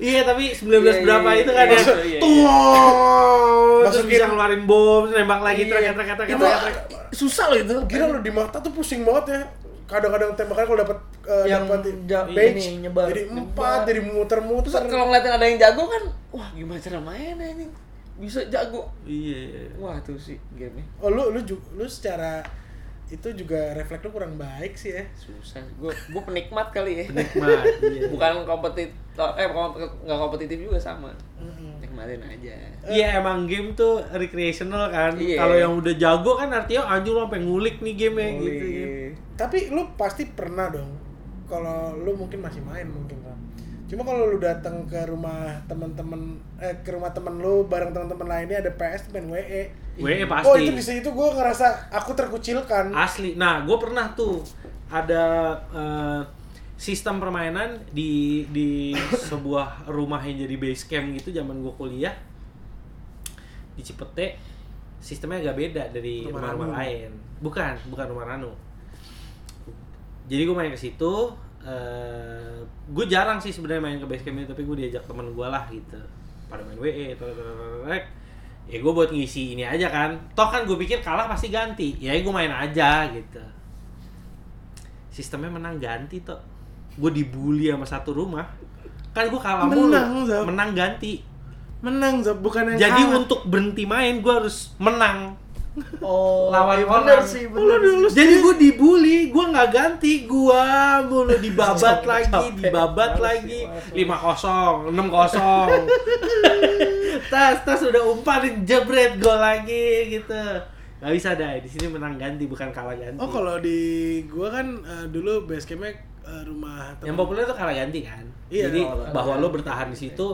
C: Iya tapi 19
D: Iya, iya,
C: berapa
D: iya,
C: itu kan ya
D: iya, iya, iya.
A: Tuh,
C: terus bisa ngeluarin bom, terus nembak lagi,
A: Iya.
C: trek, trek, trek, trek,
A: Itu
C: trek.
B: Susah loh itu.
A: Gila lu di mata tuh pusing banget ya. Kadang-kadang tembakannya kalau dapat eh,
B: Yang
A: dapat
B: ja-
A: page
B: ini, nyebar.
A: jadi empat,
B: Nyebar.
A: jadi muter-muter.
D: terus kalau ngeliatin ada yang jago kan wah gimana cara mainnya ini bisa jago
C: Iya, iya.
D: wah tuh sih game
A: Oh, lu lu ju- lu secara itu juga refleks lu kurang baik sih ya.
D: susah gue gue penikmat kali ya
C: Nikmat. iya.
D: bukan kompetitif eh kompet- nggak kompetitif juga sama
A: Mm-mm.
D: nikmatin aja
C: Iya emang game tuh recreational kan.
D: Iya.
C: Kalau yang udah jago kan artinya anjir lo sampai ngulik nih game ya gitu.
A: iya.
D: iya.
A: Tapi lu pasti pernah dong. Kalau lu mungkin masih main mungkin kan. Cuma kalau lu datang ke rumah teman-teman eh ke rumah temen lu bareng teman-teman lainnya ada PS main WE.
C: WE
A: Oh itu di
C: E pasti.
A: situ gue ngerasa aku terkucilkan.
C: Asli. Nah, gue pernah tuh ada eh, sistem permainan di di sebuah rumah yang jadi base camp gitu zaman gue kuliah di Cipete sistemnya agak beda dari
A: Rumah Ranu.
C: rumah-rumah lain. Bukan, bukan rumah Ranu. Jadi gue main ke situ, eh gue jarang sih sebenarnya main ke base camp itu, tapi gue diajak teman gue lah gitu. Pada main WE, tar- tar- tar- tar- ya gue buat ngisi ini aja kan. Toh kan gue pikir kalah pasti ganti, ya gue main aja gitu. Sistemnya menang ganti toh. Gue dibully sama satu rumah, kan gue kalah mulu.
A: Menang, Zap.
C: menang ganti.
A: Menang Zab, bukan yang
C: Jadi
A: kalah.
C: untuk berhenti main gue harus menang.
B: Oh,
C: Lawan
B: iya
C: orang.
B: bener sih,
A: Oh, lu
B: bener.
A: dulu sih.
C: Jadi gue dibully, gue nggak ganti, gue mulu dibabat lagi,
B: Capek.
C: dibabat
B: Males
C: lagi,
B: sih, males sih.
C: lima kosong, enam kosong. <laughs> Tas, tas udah umpan, jebret gol lagi gitu. Gak bisa dai, di sini menang ganti bukan kalah ganti.
A: Oh kalau di gua kan eh, dulu basecampnya eh, rumah
C: yang
A: temen.
C: populer tuh kalah ganti kan.
A: Iya,
C: Jadi
A: kalah ganti.
C: bahwa lo bertahan di situ,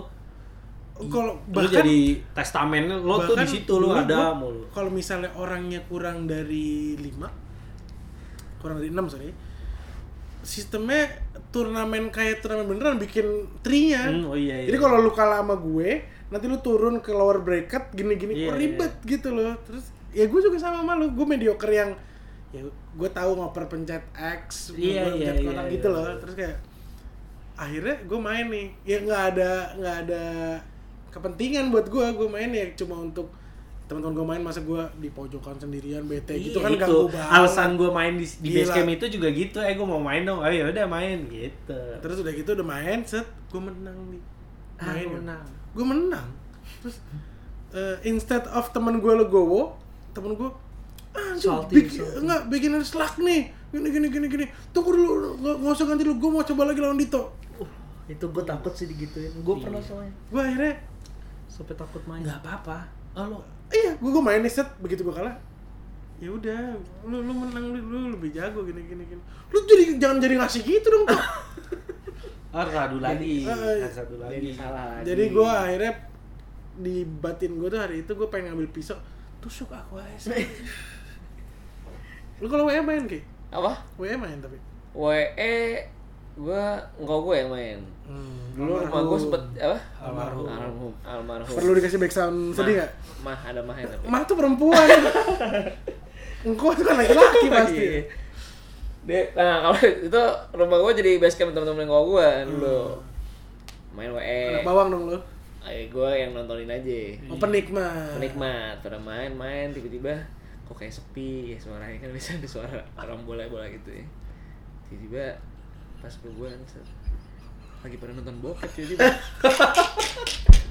A: Oh, kalau
C: lo jadi testamen lo tuh di
A: bahkan
C: situ
A: dulu
C: lo ada
A: gua-
C: mulu.
A: Kalau misalnya orangnya kurang dari 5 kurang dari 6 sorry. Sistemnya turnamen kayak turnamen beneran bikin trinya.
C: Hmm, oh iya, iya.
A: Jadi kalau lu kalah sama gue, nanti lu turun ke lower bracket gini-gini oh,
C: Iya, iya.
A: ribet gitu loh. Terus ya gue juga sama sama lu, gue mediocre yang ya gue tahu ngoper pencet X,
C: Iya,
A: ngoper
C: iya,
A: pencet
C: iya,
A: kotak
C: iya.
A: gitu loh. Terus kayak akhirnya gue main nih ya nggak ada nggak ada kepentingan buat gue gue main ya cuma untuk teman-teman gue main masa gue di pojokan sendirian bete gitu
C: Iya,
A: kan
C: itu.
A: ganggu banget
C: alasan gue main di, di
A: Gila.
C: base camp itu juga gitu eh gue mau main dong ayo udah main gitu
A: terus udah gitu udah main set gue menang nih
C: Ah,
A: main
C: lu menang.
A: gue menang terus eh, instead of temen gue legowo temen gue Anjir,
B: Salty,
A: big,
B: salty.
A: enggak beginner slack nih gini gini gini gini tunggu dulu nggak nggak usah ganti dulu gue mau coba lagi lawan Dito
B: Itu gue takut sih digituin. Gue pernah soalnya.
A: gue akhirnya
B: Sampai takut main.
C: nggak apa-apa oh, lo
A: iya gue gue main nih set begitu gue kalah ya udah lu lu menang lu, lu lebih jago gini gini gini lu jadi jangan jadi ngasih gitu dong Pak. <laughs>
C: oh, satu
A: eh,
C: lagi Ada satu lagi
D: salah
A: jadi gue akhirnya di batin gue tuh hari itu gue pengen ngambil pisau tusuk aku
D: <laughs>
A: aja sih. lu kalau WE main ki
D: apa E,
A: WE main tapi
D: WE gue nggak gue yang main
A: Hmm,
D: dulu rumah gue sempet apa
C: Almarhum.
D: almarhum almarhum
A: perlu dikasih background
D: Mah.
A: sedih nggak
D: mah ada mah tapi
A: mah tuh <laughs> perempuan engkau tuh kan laki-laki pasti
D: Iya. Dia, nah kalau <laughs> itu rumah gue jadi base camp temen-temen yang gue dulu main
A: Hmm. anak
D: WE
A: bawang dong lu
D: gue yang nontonin aja
A: oh, penikmat
D: penikmat pada main-main tiba-tiba kok kayak sepi ya suaranya kan bisa ada suara orang bola-bola gitu ya tiba-tiba pas gue set lagi pada nonton bokep tiba-tiba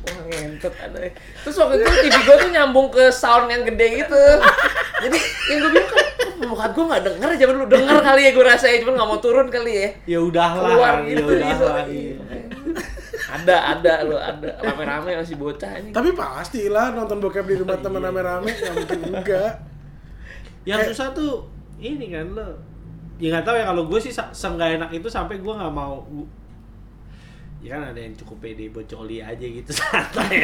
D: Wah ngentot aneh. Terus waktu itu TV gue tuh nyambung ke sound yang gede gitu. Jadi yang gue bilang kan kok pembukaan gue gak denger aja dulu. Denger kali ya gue rasanya, cuman gak mau turun kali ya.
C: ya udahlah
D: Keluar
C: ya
D: gitu, gitu.
C: udahlah iya.
D: Ada, ada lo ada. Rame-rame masih bocah ini.
A: Tapi pasti lah nonton bokep di
C: Iya.
A: rumah teman rame-rame nggak mungkin enggak.
C: yang
D: Eh.
C: susah tuh ini kan lo ya nggak tahu ya kalau gue sih sa- seenggak enak itu sampai gue nggak mau gu- ya kan ada yang cukup pede bocoli aja gitu <laughs> santai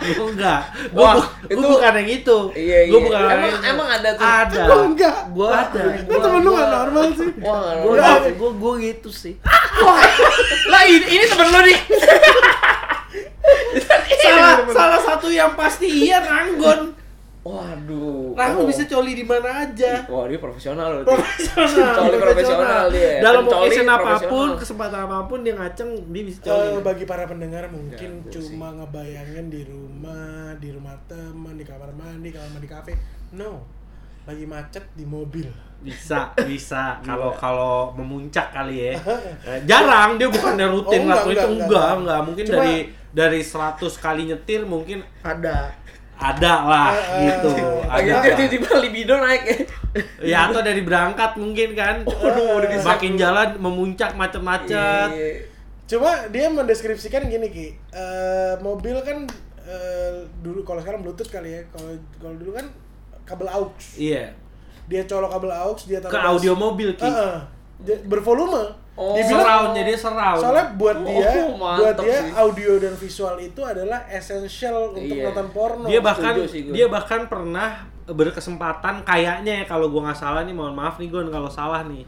C: gue enggak gue
D: Wah, itu-
C: bukan yang itu
D: Iya,
C: gue
D: iya.
C: bukan orang
D: Emang-
C: yang itu.
D: emang ada tuh?
C: ada
A: Kok enggak?
B: Gua
C: ada
A: Lu temen lu nggak normal sih.
D: Wah,
B: Gue
D: lah,
B: gue gue gitu sih. <laughs>
D: lah ini, ini temen lo nih.
C: salah salah satu yang pasti iya ranggon
D: Waduh.
B: Nah,
C: ranggon
D: Oh.
C: bisa coli di mana
D: <laughs>
C: aja
D: Wah dia profesional loh.
B: Nah,
C: Profesional.
D: Coli profesional dia.
C: dalam
D: Pencoli
C: occasion apapun
D: profesional.
C: kesempatan apapun dia ngaceng dia bisa coli
A: Eh, bagi para pendengar mungkin
D: Jago sih.
A: cuma ngebayangin di rumah, di rumah teman, di kamar mandi, kamar mandi kafe. No, lagi macet di mobil.
C: bisa
A: <laughs> Iya.
C: bisa kalau kalau memuncak kali ya Eh, jarang dia bukannya rutin
A: Oh, enggak,
C: ngelakuin itu
A: enggak,
C: enggak
A: enggak.
C: enggak, mungkin
A: Cuma-
C: dari dari 100 kali nyetir mungkin
B: Ada.
C: ada lah
A: Eh, eh,
C: gitu
D: Lagi
C: ada
A: Agak-
C: lah.
D: tiba-tiba libido naik ya.
C: ya atau dari berangkat mungkin
A: <laughs>
C: kan makin jalan memuncak macet-macet
D: Iya.
A: Cuma dia mendeskripsikan gini ki, Eh, mobil kan eh, dulu kalau sekarang bluetooth kali ya, kalau kalau dulu kan kabel aux,
C: iya
A: dia colok kabel aux, dia taruh
C: ke audio mobil ki
A: Eh, eh. Dia- bervolume.
D: Oh,
A: dia bilang
C: surround jadi surround
A: soalnya buat dia,
D: Oh, mantap
A: buat dia
D: sih.
A: audio dan visual itu adalah esensial untuk
D: Iya.
A: nonton porno.
C: dia bahkan
D: setuju sih gua.
C: dia bahkan pernah berkesempatan kayaknya ya kalau gua nggak salah nih mohon maaf nih Gon kalau salah nih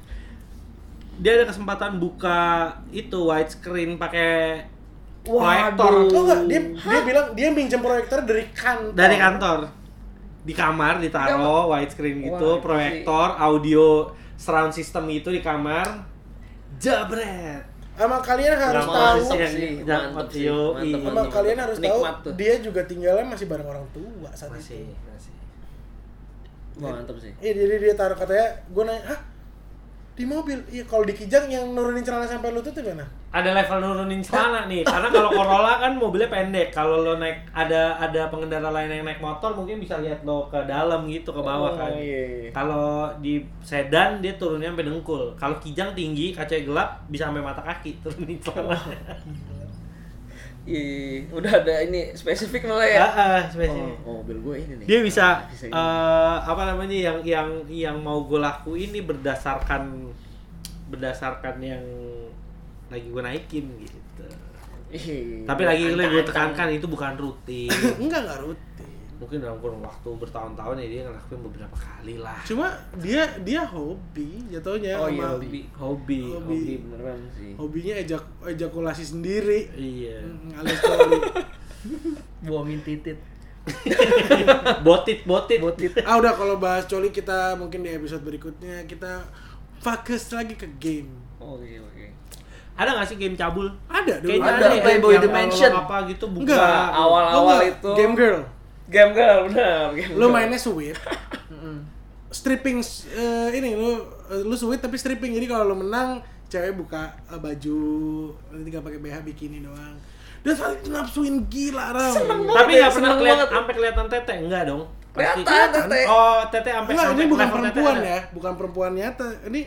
C: dia ada kesempatan buka itu widescreen pakai proyektor
A: Tau nggak? Dia, dia bilang dia minjem proyektor dari kantor.
C: dari kantor di kamar ditaro widescreen gitu
D: Wah, itu
C: proyektor audio surround system itu di kamar jabret
A: Sama kalian harus tahu,
C: Drama sih.
D: Mantep sih, Iya. mantep sih,
C: Yoi.
D: mantep,
A: sama
D: mantep.
A: kalian harus tahu
D: Nikmat tuh.
A: dia juga tinggalnya masih bareng orang tua saat
C: masih
A: itu.
C: masih
D: Wah, mantep sih.
A: Iya, jadi dia taruh katanya, gue nanya, hah? Di mobil? Iya, kalau di Kijang yang nurunin celana sampai lutut itu mana?
C: ada level nurunin celana nih karena kalau Corolla kan mobilnya pendek kalau lo naik ada ada pengendara lain yang naik motor mungkin bisa lihat lo ke dalam gitu ke bawah kan
D: iya.
C: kalau di sedan dia turunnya sampai dengkul kalau kijang tinggi kaca gelap bisa sampai mata kaki turunin <laughs>
D: Oh.
C: celana
D: Iya, udah ada ini spesifik malah ya.
C: Ah, ah, spesies.
D: Oh, mobil gue ini nih.
C: dia bisa,
D: Bisa iya. ini.
C: eh, apa namanya yang yang yang mau gue lakuin nih berdasarkan berdasarkan yang lagi gue naikin gitu
D: Ih,
C: tapi lagi gue tekankan itu bukan rutin
A: <clears throat> Enggak, enggak rutin.
C: mungkin dalam kurun waktu bertahun-tahun ya dia ngelakuin beberapa kali lah
A: Cuma dia dia hobi jatuhnya sama
D: Oh iya, hobi.
C: hobi hobi,
A: Hobi.
D: Hobi beneran sih.
A: hobinya ejak ejakulasi sendiri.
C: iya
A: Mm, Alias coli.
B: Buangin titit.
C: botit botit
B: Botit.
A: ah udah kalau bahas coli kita mungkin di episode berikutnya kita fokus lagi ke game.
D: Oke, Oh, iya, oke.
C: ada nggak sih game cabul
A: Ada dulu.
C: kayaknya
B: ada.
C: ya,
B: Playboy
C: yang
B: Dimension.
C: kalau apa gitu buka
A: Enggak,
D: Awal-awal
A: Lo nggak?
D: itu
A: Game Girl.
D: Game girl, benar. Game
A: Lu
D: girl.
A: mainnya sweet. stripping eh, ini lu eh, lu sweet tapi stripping. Jadi kalau lu menang cewek buka eh, baju nanti tinggal pakai BH bikini doang. Dan saling nafsuin gila, Ram.
C: tapi nggak pernah
D: Seneng
C: kelihatan
D: banget.
C: sampai kelihatan tete enggak dong Pasti-
D: Kelihatan, tete.
C: oh tete sampai
A: Enggak, ini
C: sampai
A: bukan
C: level tete
A: perempuan
C: ada.
A: ya, bukan perempuan nyata. Ini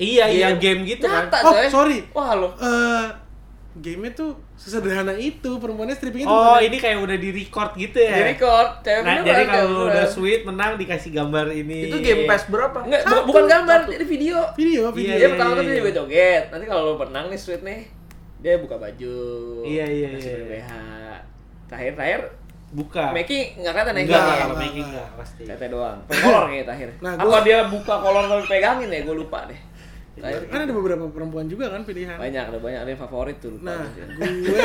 C: iya iya game gitu kan
D: Nyata,
A: Oh,
D: coy.
A: sorry.
D: Wah, lo.
A: eh game-nya tuh sesederhana itu, perempuannya strippingnya tuh
C: oh
A: bukan-
C: ini kayak udah di record gitu ya
D: Di record, cewek
C: Nah,
D: beneran,
C: jadi
D: cewek
C: kalau udah
D: beneran.
C: sweet menang dikasih gambar ini
B: Itu game PES berapa?
D: Nggak, bu- bukan gambar, ini video.
A: video,
C: Iya,
A: video.
D: Dia
C: iya,
D: pertama kan
C: iya.
D: dia juga joget. Nanti kalau lo menang nih sweet nih, dia buka baju.
C: Iya, iya,
D: kasih
C: iya. Ah.
D: BH. Terakhir-terakhir,
C: buka
D: Meki nggak kelihatan ya?
C: enggak
D: gamenya?
C: kalau
A: enggak,
C: making
A: enggak.
C: enggak pasti
D: Tete doang. Kolor kayaknya terakhir.
A: Nah,
D: Apa
A: gua-
D: dia buka kolor lalu pegangin ya? Gue lupa deh. Terakhir.
C: Iya.
A: Kan ada beberapa perempuan juga kan pilihan.
D: Banyak, ada banyak. Ada yang favorit tuh lupa.
A: Nah,
D: tuh.
A: gue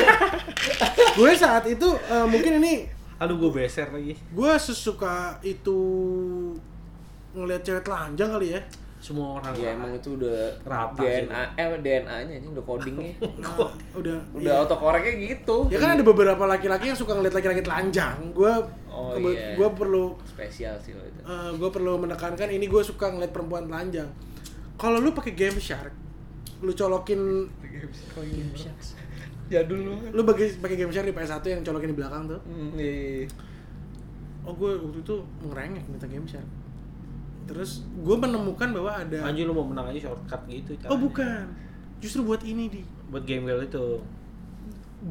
A: gue saat itu eh, mungkin ini
C: aduh gue beser lagi
A: gue sesuka itu ngelihat cewek telanjang kali ya.
C: semua orang
D: Ya
C: <laughs>
D: emang itu udah
C: Rata sih. Iya.
D: DNA, eh DNA-nya ini udah codingnya.
C: <laughs>
A: Nah, udah
D: udah
A: iya.
D: autokoreknya gitu.
A: ya kan ada beberapa laki-laki yang suka ngeliat laki-laki telanjang gue
D: Oh, iya.
A: gue perlu
D: Spesial sih lo itu.
C: Ah.
A: gue Eh, perlu menekankan ini gue suka ngeliat perempuan telanjang kalau lu pakai game shark lu colokin
D: Jadul lu kan.
A: lu bagi pakai game shark di PS1 yang colokin di belakang tuh
D: Hmm, iya, iya, iya.
A: oh gue waktu itu ngerengek minta game shark terus gue menemukan bahwa ada
C: anjir lu mau menang aja shortcut gitu
A: oh
C: caranya.
A: bukan justru buat ini di
C: buat game girl itu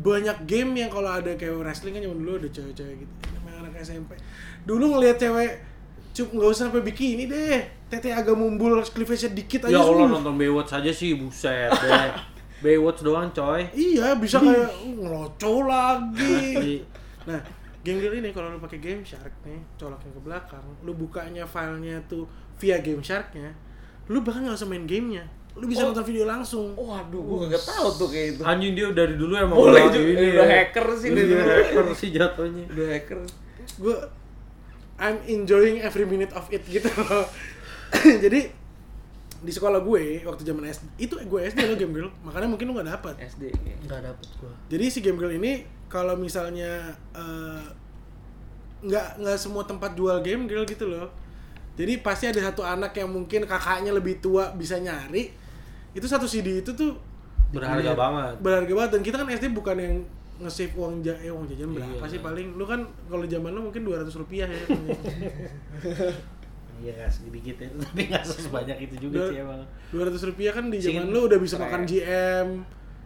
A: banyak game yang kalau ada kayak wrestling kan zaman dulu ada cewek-cewek gitu emang anak SMP dulu ngelihat cewek cup nggak usah sampai bikini deh tete agak mumbul cleavage dikit aja
C: ya Allah
A: suruh.
C: nonton Baywatch aja sih buset deh Baywatch doang coy
A: iya bisa kayak ngeloco
C: Asli.
A: lagi nah game girl ini kalau lu pakai game shark nih colokin ke belakang lu bukanya filenya tuh via game sharknya lu bahkan nggak usah main gamenya lu bisa nonton video langsung
D: Waduh, gua kagak tahu tuh kayak itu.
C: anjing dia dari dulu emang
D: Boleh
C: udah
D: juga,
C: ini
D: udah
C: ya.
D: hacker sih dari
C: Udah
D: dulu. Iya.
C: hacker sih jatuhnya
D: Udah hacker.
A: gue I'm enjoying every minute of it <laughs> gitu jadi di sekolah gue waktu zaman SD itu gue SD lo game girl makanya mungkin lo nggak dapat
D: SD. ya.
B: nggak dapet gua
A: jadi si game girl ini kalau misalnya eh, nggak nggak semua tempat jual game girl gitu loh jadi pasti ada satu anak yang mungkin kakaknya lebih tua bisa nyari itu satu CD itu tuh
C: berharga
B: Iya.
C: banget
A: berharga banget dan kita kan SD bukan yang nge-save uang ja eh, uang jajan berapa
C: Iya.
A: sih paling lu kan kalau zaman lu mungkin 200 rupiah ya
C: iya nggak sedikit ya <laughs> tapi nggak sebanyak itu
A: Udah-
C: juga sih emang
A: 200 rupiah kan di
C: Singin.
A: zaman lu udah bisa
D: Keren.
A: makan GM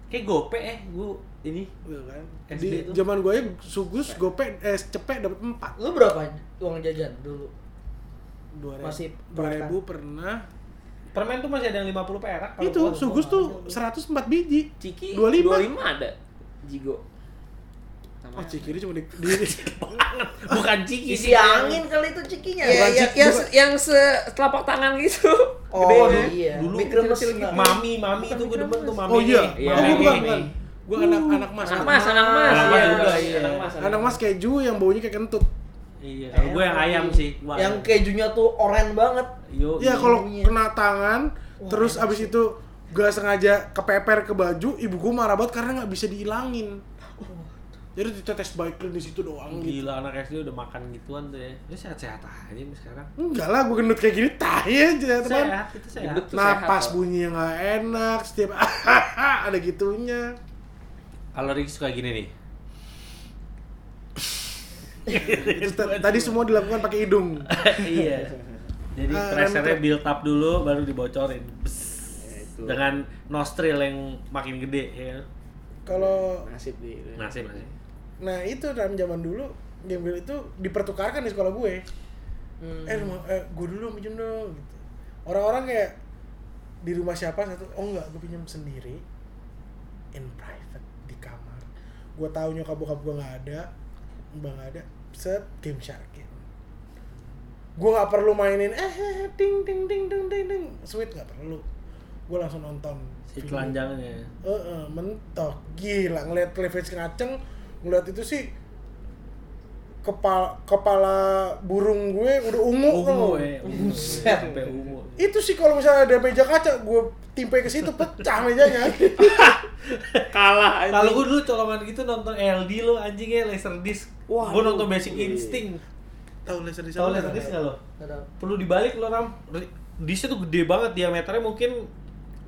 C: kayak gope eh gua ini
A: gitu kan
C: SD
A: di
C: tuh.
A: zaman gue sugus gope eh cepet dapat 4
B: lu berapa uang jajan dulu Masih
A: 2000
B: permen.
A: 2000 pernah
C: permen tuh masih ada yang 50 perak kalau
A: itu
C: gua-
A: sugus
C: gua-
A: tuh 104 biji
D: Ciki
A: 25.
D: 25 ada. Jigo. ya.
A: oh
D: Namanya.
A: cikiri cuma di, di-
C: bukan ciki
B: isi angin Iya, kali itu cikinya
D: Ya,
A: Bukan
D: ya,
A: ciki,
D: yang,
A: bukan.
D: yang se telapak tangan gitu.
B: oh
D: Gedenya.
B: iya
C: ya? dulu
B: Mikro
C: kecil
B: mesin
C: gitu.
B: nggak?
C: mami mami tuh gue demen tuh mami
A: oh iya
D: Iya,
A: oh gue bukan
D: ini.
A: bukan gue anak anak mas
D: Anak mas, anak mas.
C: Anak mas
D: iya.
C: juga, iya.
D: Anak mas.
A: anak mas keju yang baunya kayak kentut
C: iya kalau gue yang ayam sih Wah.
B: yang kejunya tuh oranye banget
C: yo
D: Oh,
A: ya
C: iya.
A: kalau
B: Iya.
A: kena tangan
B: Wah,
A: terus
D: iya,
A: abis itu gak sengaja kepeper ke baju ibu gue marah banget karena nggak bisa dihilangin jadi ditetes baiklin di situ doang gitu
C: gila anak SD udah makan gituan tuh ya lu sehat-sehat aja nih sekarang
A: Enggak lah, gue gendut kayak gini, tai aja teman.
C: sehat itu sehat
D: Gendut tuh
A: Napas
D: sehat, loh.
A: bunyinya nggak enak, setiap <laughs> ada gitunya.
C: kalau Ricky suka gini nih
D: Iya,
A: Terus ta- tadi semua dilakukan pakai hidung.
C: iya jadi
A: Ah,
C: pressure-nya
A: rem-
C: build up dulu baru dibocorin Bes.
D: Ya, itu.
C: dengan nostril yang makin gede ya
A: Kalau
D: nasib di.
C: nasib nasib
A: nah itu dalam zaman dulu game girl itu dipertukarkan di sekolah gue. Eh, rumah, eh gue dulu pinjam dong gitu. Orang-orang kayak di rumah siapa satu, oh enggak, gue pinjam sendiri in private di kamar. Gue tahu nyokap bokap gue nggak ada, mbak nggak ada, set game shark gitu. Gue nggak perlu mainin eh eh, ding ding ding ding ding ding, sweet nggak perlu. Gue langsung nonton.
C: si
A: video.
C: telanjangnya
A: Eh, eh, mentok gila ngeliat cleavage ngaceng ngeliat itu sih kepala kepala burung gue udah ungu tau.
C: ungu ya ungu ya, sampai ungu
A: itu sih kalau misalnya ada meja kaca gue timpe ke situ pecah mejanya Iya,
D: Kalah aja.
C: kalau gue dulu colongan gitu nonton LD lo anjingnya laser disc
D: Wah,
C: gue nonton
D: aduh.
C: Basic
A: iya.
C: Instinct
A: tahu laser di
C: tau laser disc nggak lo
B: Nggak tahu.
C: perlu dibalik lo ram disc tuh gede banget diameternya mungkin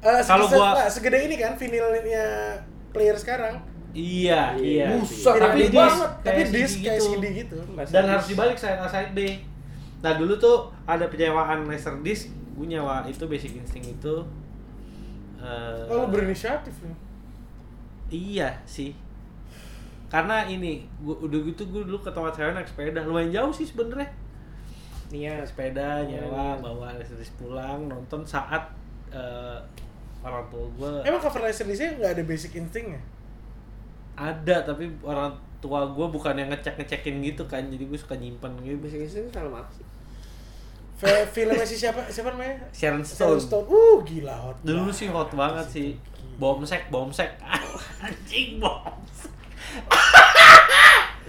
A: kalau
C: Kalau
A: Eh,
C: gua-
A: segede ini kan vinilnya player sekarang
C: iya iya
A: Buset,
C: tapi
A: gede
C: disc
A: banget. tapi disc
C: CD
A: kayak
C: gitu.
A: CD gitu
C: dan harus dibalik side A side B nah dulu tuh ada penyewaan laser disc gue nyawa itu basic instinct itu eh,
A: oh, lu berinisiatif nih
C: iya sih karena ini gua, udah gitu gue dulu ke tempat cewek naik sepeda lumayan jauh sih sebenernya
D: Nia
C: sepeda nyewa bawa laser disc pulang nonton saat eh, orang tua gue
A: emang cover laser disc nggak ada basic instinct ya
C: ada tapi orang tua gue bukan yang ngecek ngecekin gitu kan jadi gue suka nyimpan gitu
D: Basic Instinct film apa sih?
A: Fe- filmnya si siapa siapa namanya
C: Sharon
A: Sharon
C: Stone
A: Stone uh gila hot
C: Dulu
A: banget.
C: sih hot banget Iya, sih. Bomsek, bomsek. <laughs> Anjing bomsek.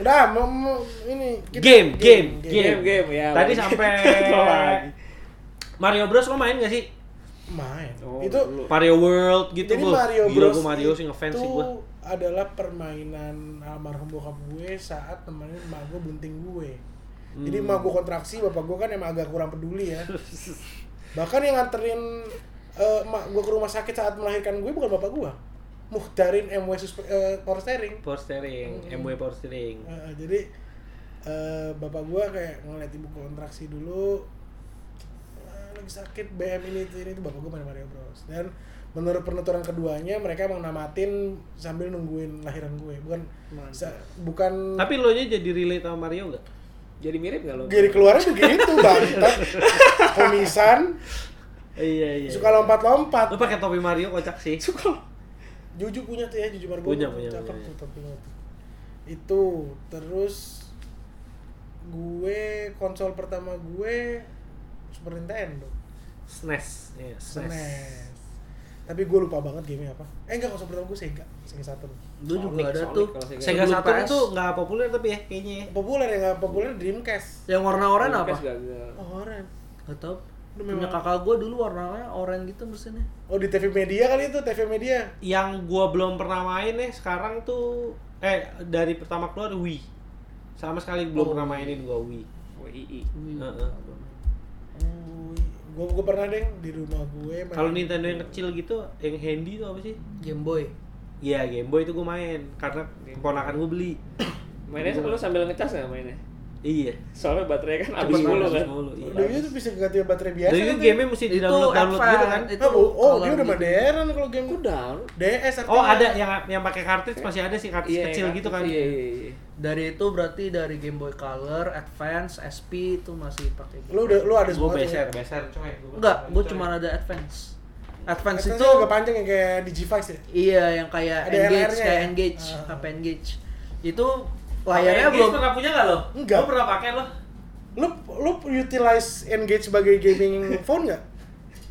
A: Udah, mau, mau ini
C: Game, game, game.
D: Game, game, ya.
C: <laughs> Tadi
D: lagi.
C: sampai
D: Lagi.
C: Mario Bros lo main gak sih?
A: main.
D: Oh,
A: itu
D: dulu.
C: Mario World gitu
A: jadi
C: gua.
A: Mario
C: Gila,
A: Bros
C: gua Mario sih ngefans
A: itu
C: sih gua.
A: adalah permainan almarhum bokap gue saat temenin emak gue bunting gue. Jadi
C: Hmm.
A: emak gue kontraksi, bapak gue kan emang agak kurang peduli
C: <laughs>
A: ya. Bahkan yang nganterin eh, emak gue ke rumah sakit saat melahirkan gue bukan bapak gue. Muhtarin MW suspe- eh, power steering.
C: Power steering,
A: Hmm.
C: MW power steering.
A: Heeh, jadi eh, bapak gua kayak ngeliat ibu kontraksi dulu "Ah, lagi sakit BM ini itu ini itu bapak gua main Mario Bros dan menurut penuturan keduanya mereka emang namatin sambil nungguin lahiran gue bukan sa- bukan
C: Tapi lo nya jadi relate sama Mario gak?
D: Jadi mirip nggak lo?
A: giri keluarnya begitu
C: <laughs>
A: banget komisan
C: Iya iya.
A: suka lompat-lompat
C: Lo pakai topi Mario kocak sih.
A: Juju punya tuh ya, Juju Margo.
C: Punya, punya,
A: Cakep
C: punya.
A: tuh topinya tuh. Itu terus gue konsol pertama gue Super Nintendo.
C: SNES, iya, SNES.
A: SNES. Tapi gue lupa banget game apa. Eh enggak konsol pertama gue Sega, Sega Saturn.
B: Dulu
D: Sonic,
B: juga ada
D: Sonic
B: tuh
D: kalau Sega.
C: Sega
B: Sebelum
C: Saturn
B: PS.
C: tuh nggak populer tapi ya kayaknya. ya.
A: Populer yang nggak populer Dreamcast.
B: yang warna-oranye
D: Dreamcast
B: apa?
D: gagal.
A: Oh, Oren.
B: Gak tau.
A: Lu
B: Punya
A: memang-
B: kakak gue dulu warnanya oranye gitu mesinnya.
A: Oh di TV Media kali itu, TV Media.
C: Yang gua belum pernah main nih sekarang tuh eh dari pertama keluar Wii. Sama sekali belum pernah mainin gua Wii.
D: WII.
C: Heeh.
A: Oh, gue gue pernah deh di rumah gue main.
C: Kalau Nintendo yang kecil gitu, yang handy tuh apa sih?
B: Game Boy.
C: Iya, Game Boy itu gua main karena keponakan gua beli.
D: Mainnya lo sambil ngecas nggak mainnya?
C: Iya.
D: Soalnya baterainya
C: Cepet
D: kan habis mulu
C: banget,
D: kan.
C: habis mulu, iya.
A: Dulu itu bisa ganti baterai biasa.
C: Jadi
A: kan, tuh.
C: game-nya mesti di-download download gitu kan.
B: advance,
A: Ah, oh, oh, dia
B: color
A: udah
B: gitu.
A: modern kalau game
D: Aku down.
A: DS artinya.
C: Oh, ada yang yang pakai cartridge masih ada sih cartridge kecil gitu kan.
D: Iya, iya, iya.
B: Dari itu berarti dari Game Boy Color, Advance, SP itu masih pakai.
A: Lu udah lu ada
C: Gue
A: semua. tuh.
C: beser, beser coy. Gua
B: Enggak,
C: beser,
B: gue
C: coy.
B: cuma ada Advance. Advance
A: Atasnya
B: itu
A: agak panjang yang kayak Digivice ya.
B: iya yang kayak
A: Ada
B: Engage,
A: LR-nya
B: kayak
A: ya?
B: Engage,
A: Ah.
B: HP Engage. Itu layarnya
C: Engage
B: belum
C: pernah punya nggak lo?
A: Enggak.
C: Lo pernah pakai lo?
A: Lu lu utilize Engage sebagai gaming <laughs> phone nggak?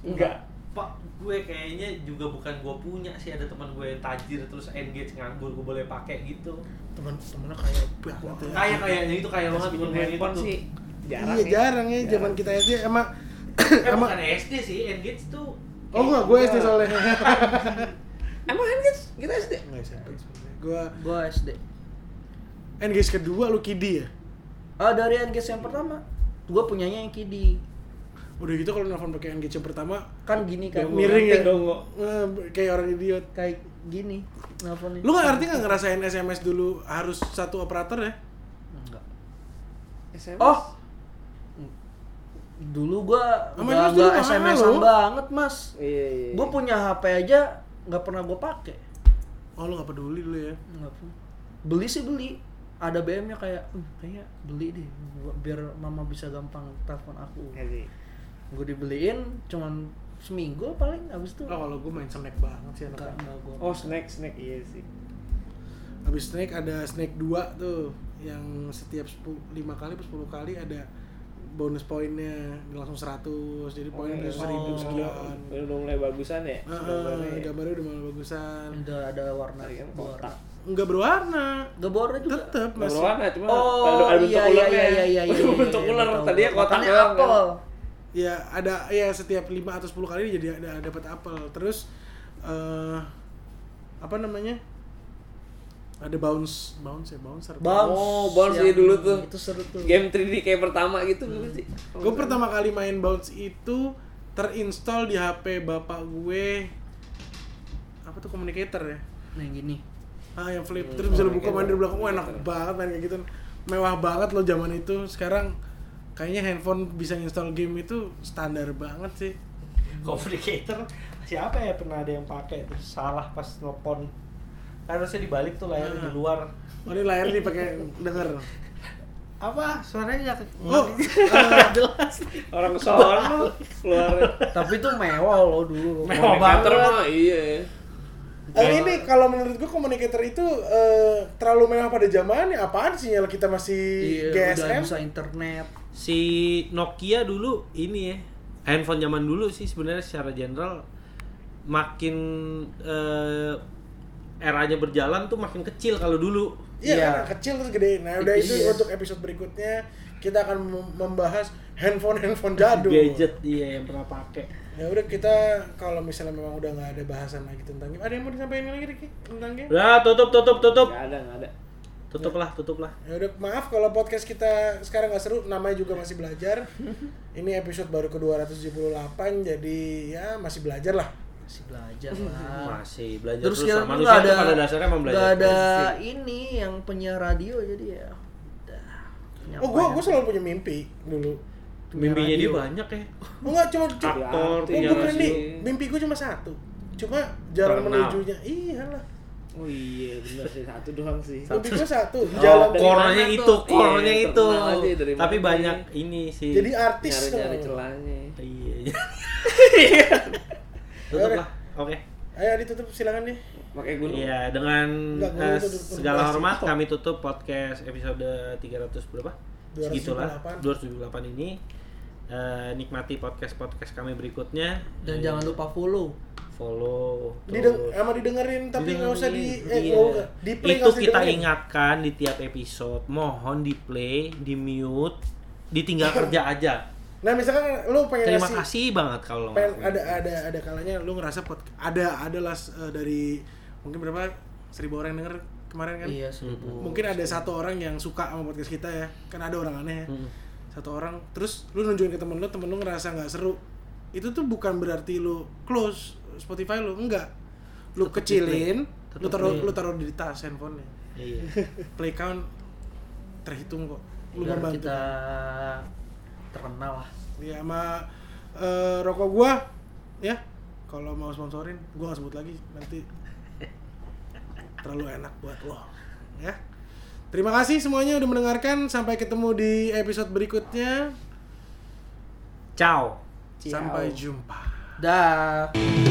D: Enggak.
C: Pak, gue kayaknya juga bukan gue punya sih ada teman gue yang tajir terus engage nganggur gue boleh pakai gitu.
A: Temen temennya kayak banget ya.
C: Kayak kayaknya itu kayak banget gue
D: Pinjem
C: main itu
D: handphone
C: tuh.
D: sih jarang.
A: iya
D: ya.
A: jarang ya zaman kita SD emang
C: Eh
A: emang
C: bukan SD sih, engage tuh.
A: Oh enggak, gue SD <laughs> soalnya.
D: Emang kan guys, kita SD.
A: Enggak SMP sebenarnya. Gue
B: gue SD.
A: Engage kedua lu Kidi ya.
B: Ah dari Engage yang pertama, gue punyanya yang Kidi.
A: Udah gitu kalau nelfon pakai Engage yang pertama
B: Kan gini kan.
A: miring ya.
D: dongo.
A: Eh, kayak orang idiot.
B: kayak gini nelponnya.
A: Lu nggak arti nggak ngerasain SMS dulu harus satu operator ya?
B: Enggak.
D: SMS.
B: Oh. Dulu gua
A: Sama
B: nggak
A: Yus dulu
B: nggak
A: mahal
B: SMS-an
A: loh.
B: banget, Mas.
D: Iya, iya.
B: Gua punya HP aja nggak pernah gua pakai.
A: Oh lu nggak peduli dulu ya.
B: Nggak pernah. Beli sih beli. Ada BM-nya kayak, "Uh, kayaknya beli deh gua- biar mama bisa gampang telepon aku."
D: Ngerti.
B: Gua dibeliin cuman seminggu paling habis itu
A: Oh, kalau gue main snack banget sih
B: enggak
A: anak
B: enggak gua.
D: Oh, snack, snack iya sih.
A: Habis snack ada snack 2 tuh yang setiap 10, 5 kali atau 10 kali ada bonus poinnya langsung 100. Jadi poinnya
D: Oh,
A: udah
D: iya.
A: 1000 sekian.
D: Udah udah mulai bagusan ya.
B: Ah,
A: Heeh,
D: gambarnya ya?
A: gambarnya udah malah bagusan.
B: Udah ada warna
D: Tadi kan
B: berwarna.
D: kotak.
A: Enggak berwarna.
B: Gak bornya juga.
A: Tetep
D: Nggak
A: masih.
D: berwarna ya? cuma
B: Oh,
D: ada bentuk
B: iya, iya,
D: ularnya. ya.
B: iya, iya,
D: <laughs>
B: iya, iya, iya,
D: bentuk
B: iya,
D: ular
B: tahu.
D: tadi ya kotak
B: Kotaknya
D: doang
B: apel.
D: kan.
A: Ya, ada ya setiap 5 atau 10 kali jadi ada dapat apel. Terus eh apa namanya? Ada bounce, bounce ya, bouncer.
B: Bounce.
D: Oh, bounce sih
B: yang-
D: dulu tuh.
B: Itu seru tuh.
D: Game 3D kayak pertama gitu bukan sih.
A: Gue pertama kali main Bounce itu terinstall di HP bapak gue apa tuh communicator ya?
B: Nah, yang gini.
A: Ah yang
B: Hmm,
A: flip terus bisa lu buka main dari belakang. Wah enak banget main kayak gitu. Mewah banget loh zaman itu. Sekarang kayaknya handphone bisa install game itu standar banget sih.
C: Complicator siapa ya pernah ada yang pakai terus salah pas telepon. Harusnya dibalik tuh layarnya di luar.
A: Oh ini layar dipakai denger.
C: Apa? Suaranya nggak
A: Oh,
D: orang sono keluar.
B: Tapi itu mewah loh dulu.
C: Mewah
D: Komentator
C: banget.
D: mah iya.
A: eh,
B: Iya.
A: ini kalau menurut gue communicator itu eh, terlalu mewah pada zamannya. Apaan sinyal kita masih
B: Iya, udah
A: GSM?
B: bisa internet.
C: <laughs> si Nokia dulu ini ya handphone zaman dulu sih sebenarnya secara general makin eh, eranya berjalan tuh makin kecil kalau dulu
A: Iya,
B: Iya.
A: karena kecil terus gede. Nah, udah itu
B: Iya.
A: untuk episode berikutnya kita akan mem- membahas handphone-handphone jadul.
C: gadget iya yang pernah pakai
A: Ya udah kita kalau misalnya memang udah nggak ada bahasan lagi tentang game, ada yang mau disampaikan lagi Ricky tentang game?
C: udah tutup tutup tutup
D: Gak ada, gak ada.
C: tutuplah tutuplah
A: Ya udah maaf kalau podcast kita sekarang nggak seru, namanya juga masih
C: <laughs>
A: belajar. Ini episode baru ke 278 jadi ya masih belajar lah.
B: masih belajar lah
C: masih Hmm. belajar
B: Ah. terus
C: terus, lah.
B: kita nggak
C: manusia
B: ada
C: tuh pada dasarnya emang belajar
B: nggak ada
C: terus.
B: ini yang penyiar radio jadi ya udah.
A: Oh gua
B: Nyampain.
A: gua selalu punya mimpi dulu.
C: Ya, mimpinya dia
B: radio.
C: banyak ya
A: Oh enggak cuma cuma
C: aktor
A: Oh,
C: punya
A: bukan
C: radio
A: nih, mimpi gua cuma satu. Cuma jalan
C: Terkenal.
A: menujunya. Iyalah.
D: Oh iya, bener sih. Satu doang sih.
A: Mimpi gua satu,
C: Oh,
A: jalan
D: dari
C: core-nya
D: mana
C: itu,
D: tuh?
C: core-nya
D: Iya,
C: itu.
D: terkenal aja dari
C: Tapi
D: mana
C: banyak
D: nih?
C: ini sih.
A: jadi artis.
D: Nyari-nyari
A: dong.
D: celahnya.
A: <laughs>
C: iya. Tutup lah. Oke.
A: Ayo ditutup silakan nih.
D: Pakai gunung.
C: Iya, dengan
A: Enggak, gua
C: eh,
A: tutup- tutup
C: segala
A: plastik.
C: hormat kami tutup podcast episode 300 berapa? Segitulah. 278 ini. Eh, nikmati podcast-podcast kami berikutnya. Eh,
B: dan jangan lupa follow
C: follow.
A: Dideng
C: terus.
A: sama didengerin eh, tapi nggak usah di eh
C: Iya.
A: nggak usah- di play
C: itu
A: nggak usah
C: kita
A: didengerin.
C: ingatkan di tiap episode mohon di play di mute
A: <laughs>
C: ditinggal kerja aja
A: Nah misalkan lu pengen
C: terima
A: ngasih-
C: kasih banget kalau lo
A: pengen-
C: ngelakuin.
A: ada ada ada kalanya lu ngerasa pod, ada ada lah eh, dari mungkin berapa seribu orang yang denger kemarin kan
B: iya seribu
A: mungkin ada satu orang yang suka sama podcast kita ya kan ada orang aneh ya
C: Mm.
A: satu orang terus lu nunjukin ke temen lu temen lu ngerasa nggak seru itu tuh bukan berarti lu close Spotify lu enggak lu kecilin
C: Tetep
A: lu taruh
C: play.
A: lu taruh di tas handphonenya
C: iya
A: play count terhitung kok lu kan?
B: biar
A: membantu
B: kita terkenal lah
A: ya sama eh, rokok gua ya kalau mau sponsorin gua nggak sebut lagi nanti terlalu enak buat lo ya terima kasih semuanya udah mendengarkan sampai ketemu di episode berikutnya
C: ciao
A: sampai jumpa
B: dah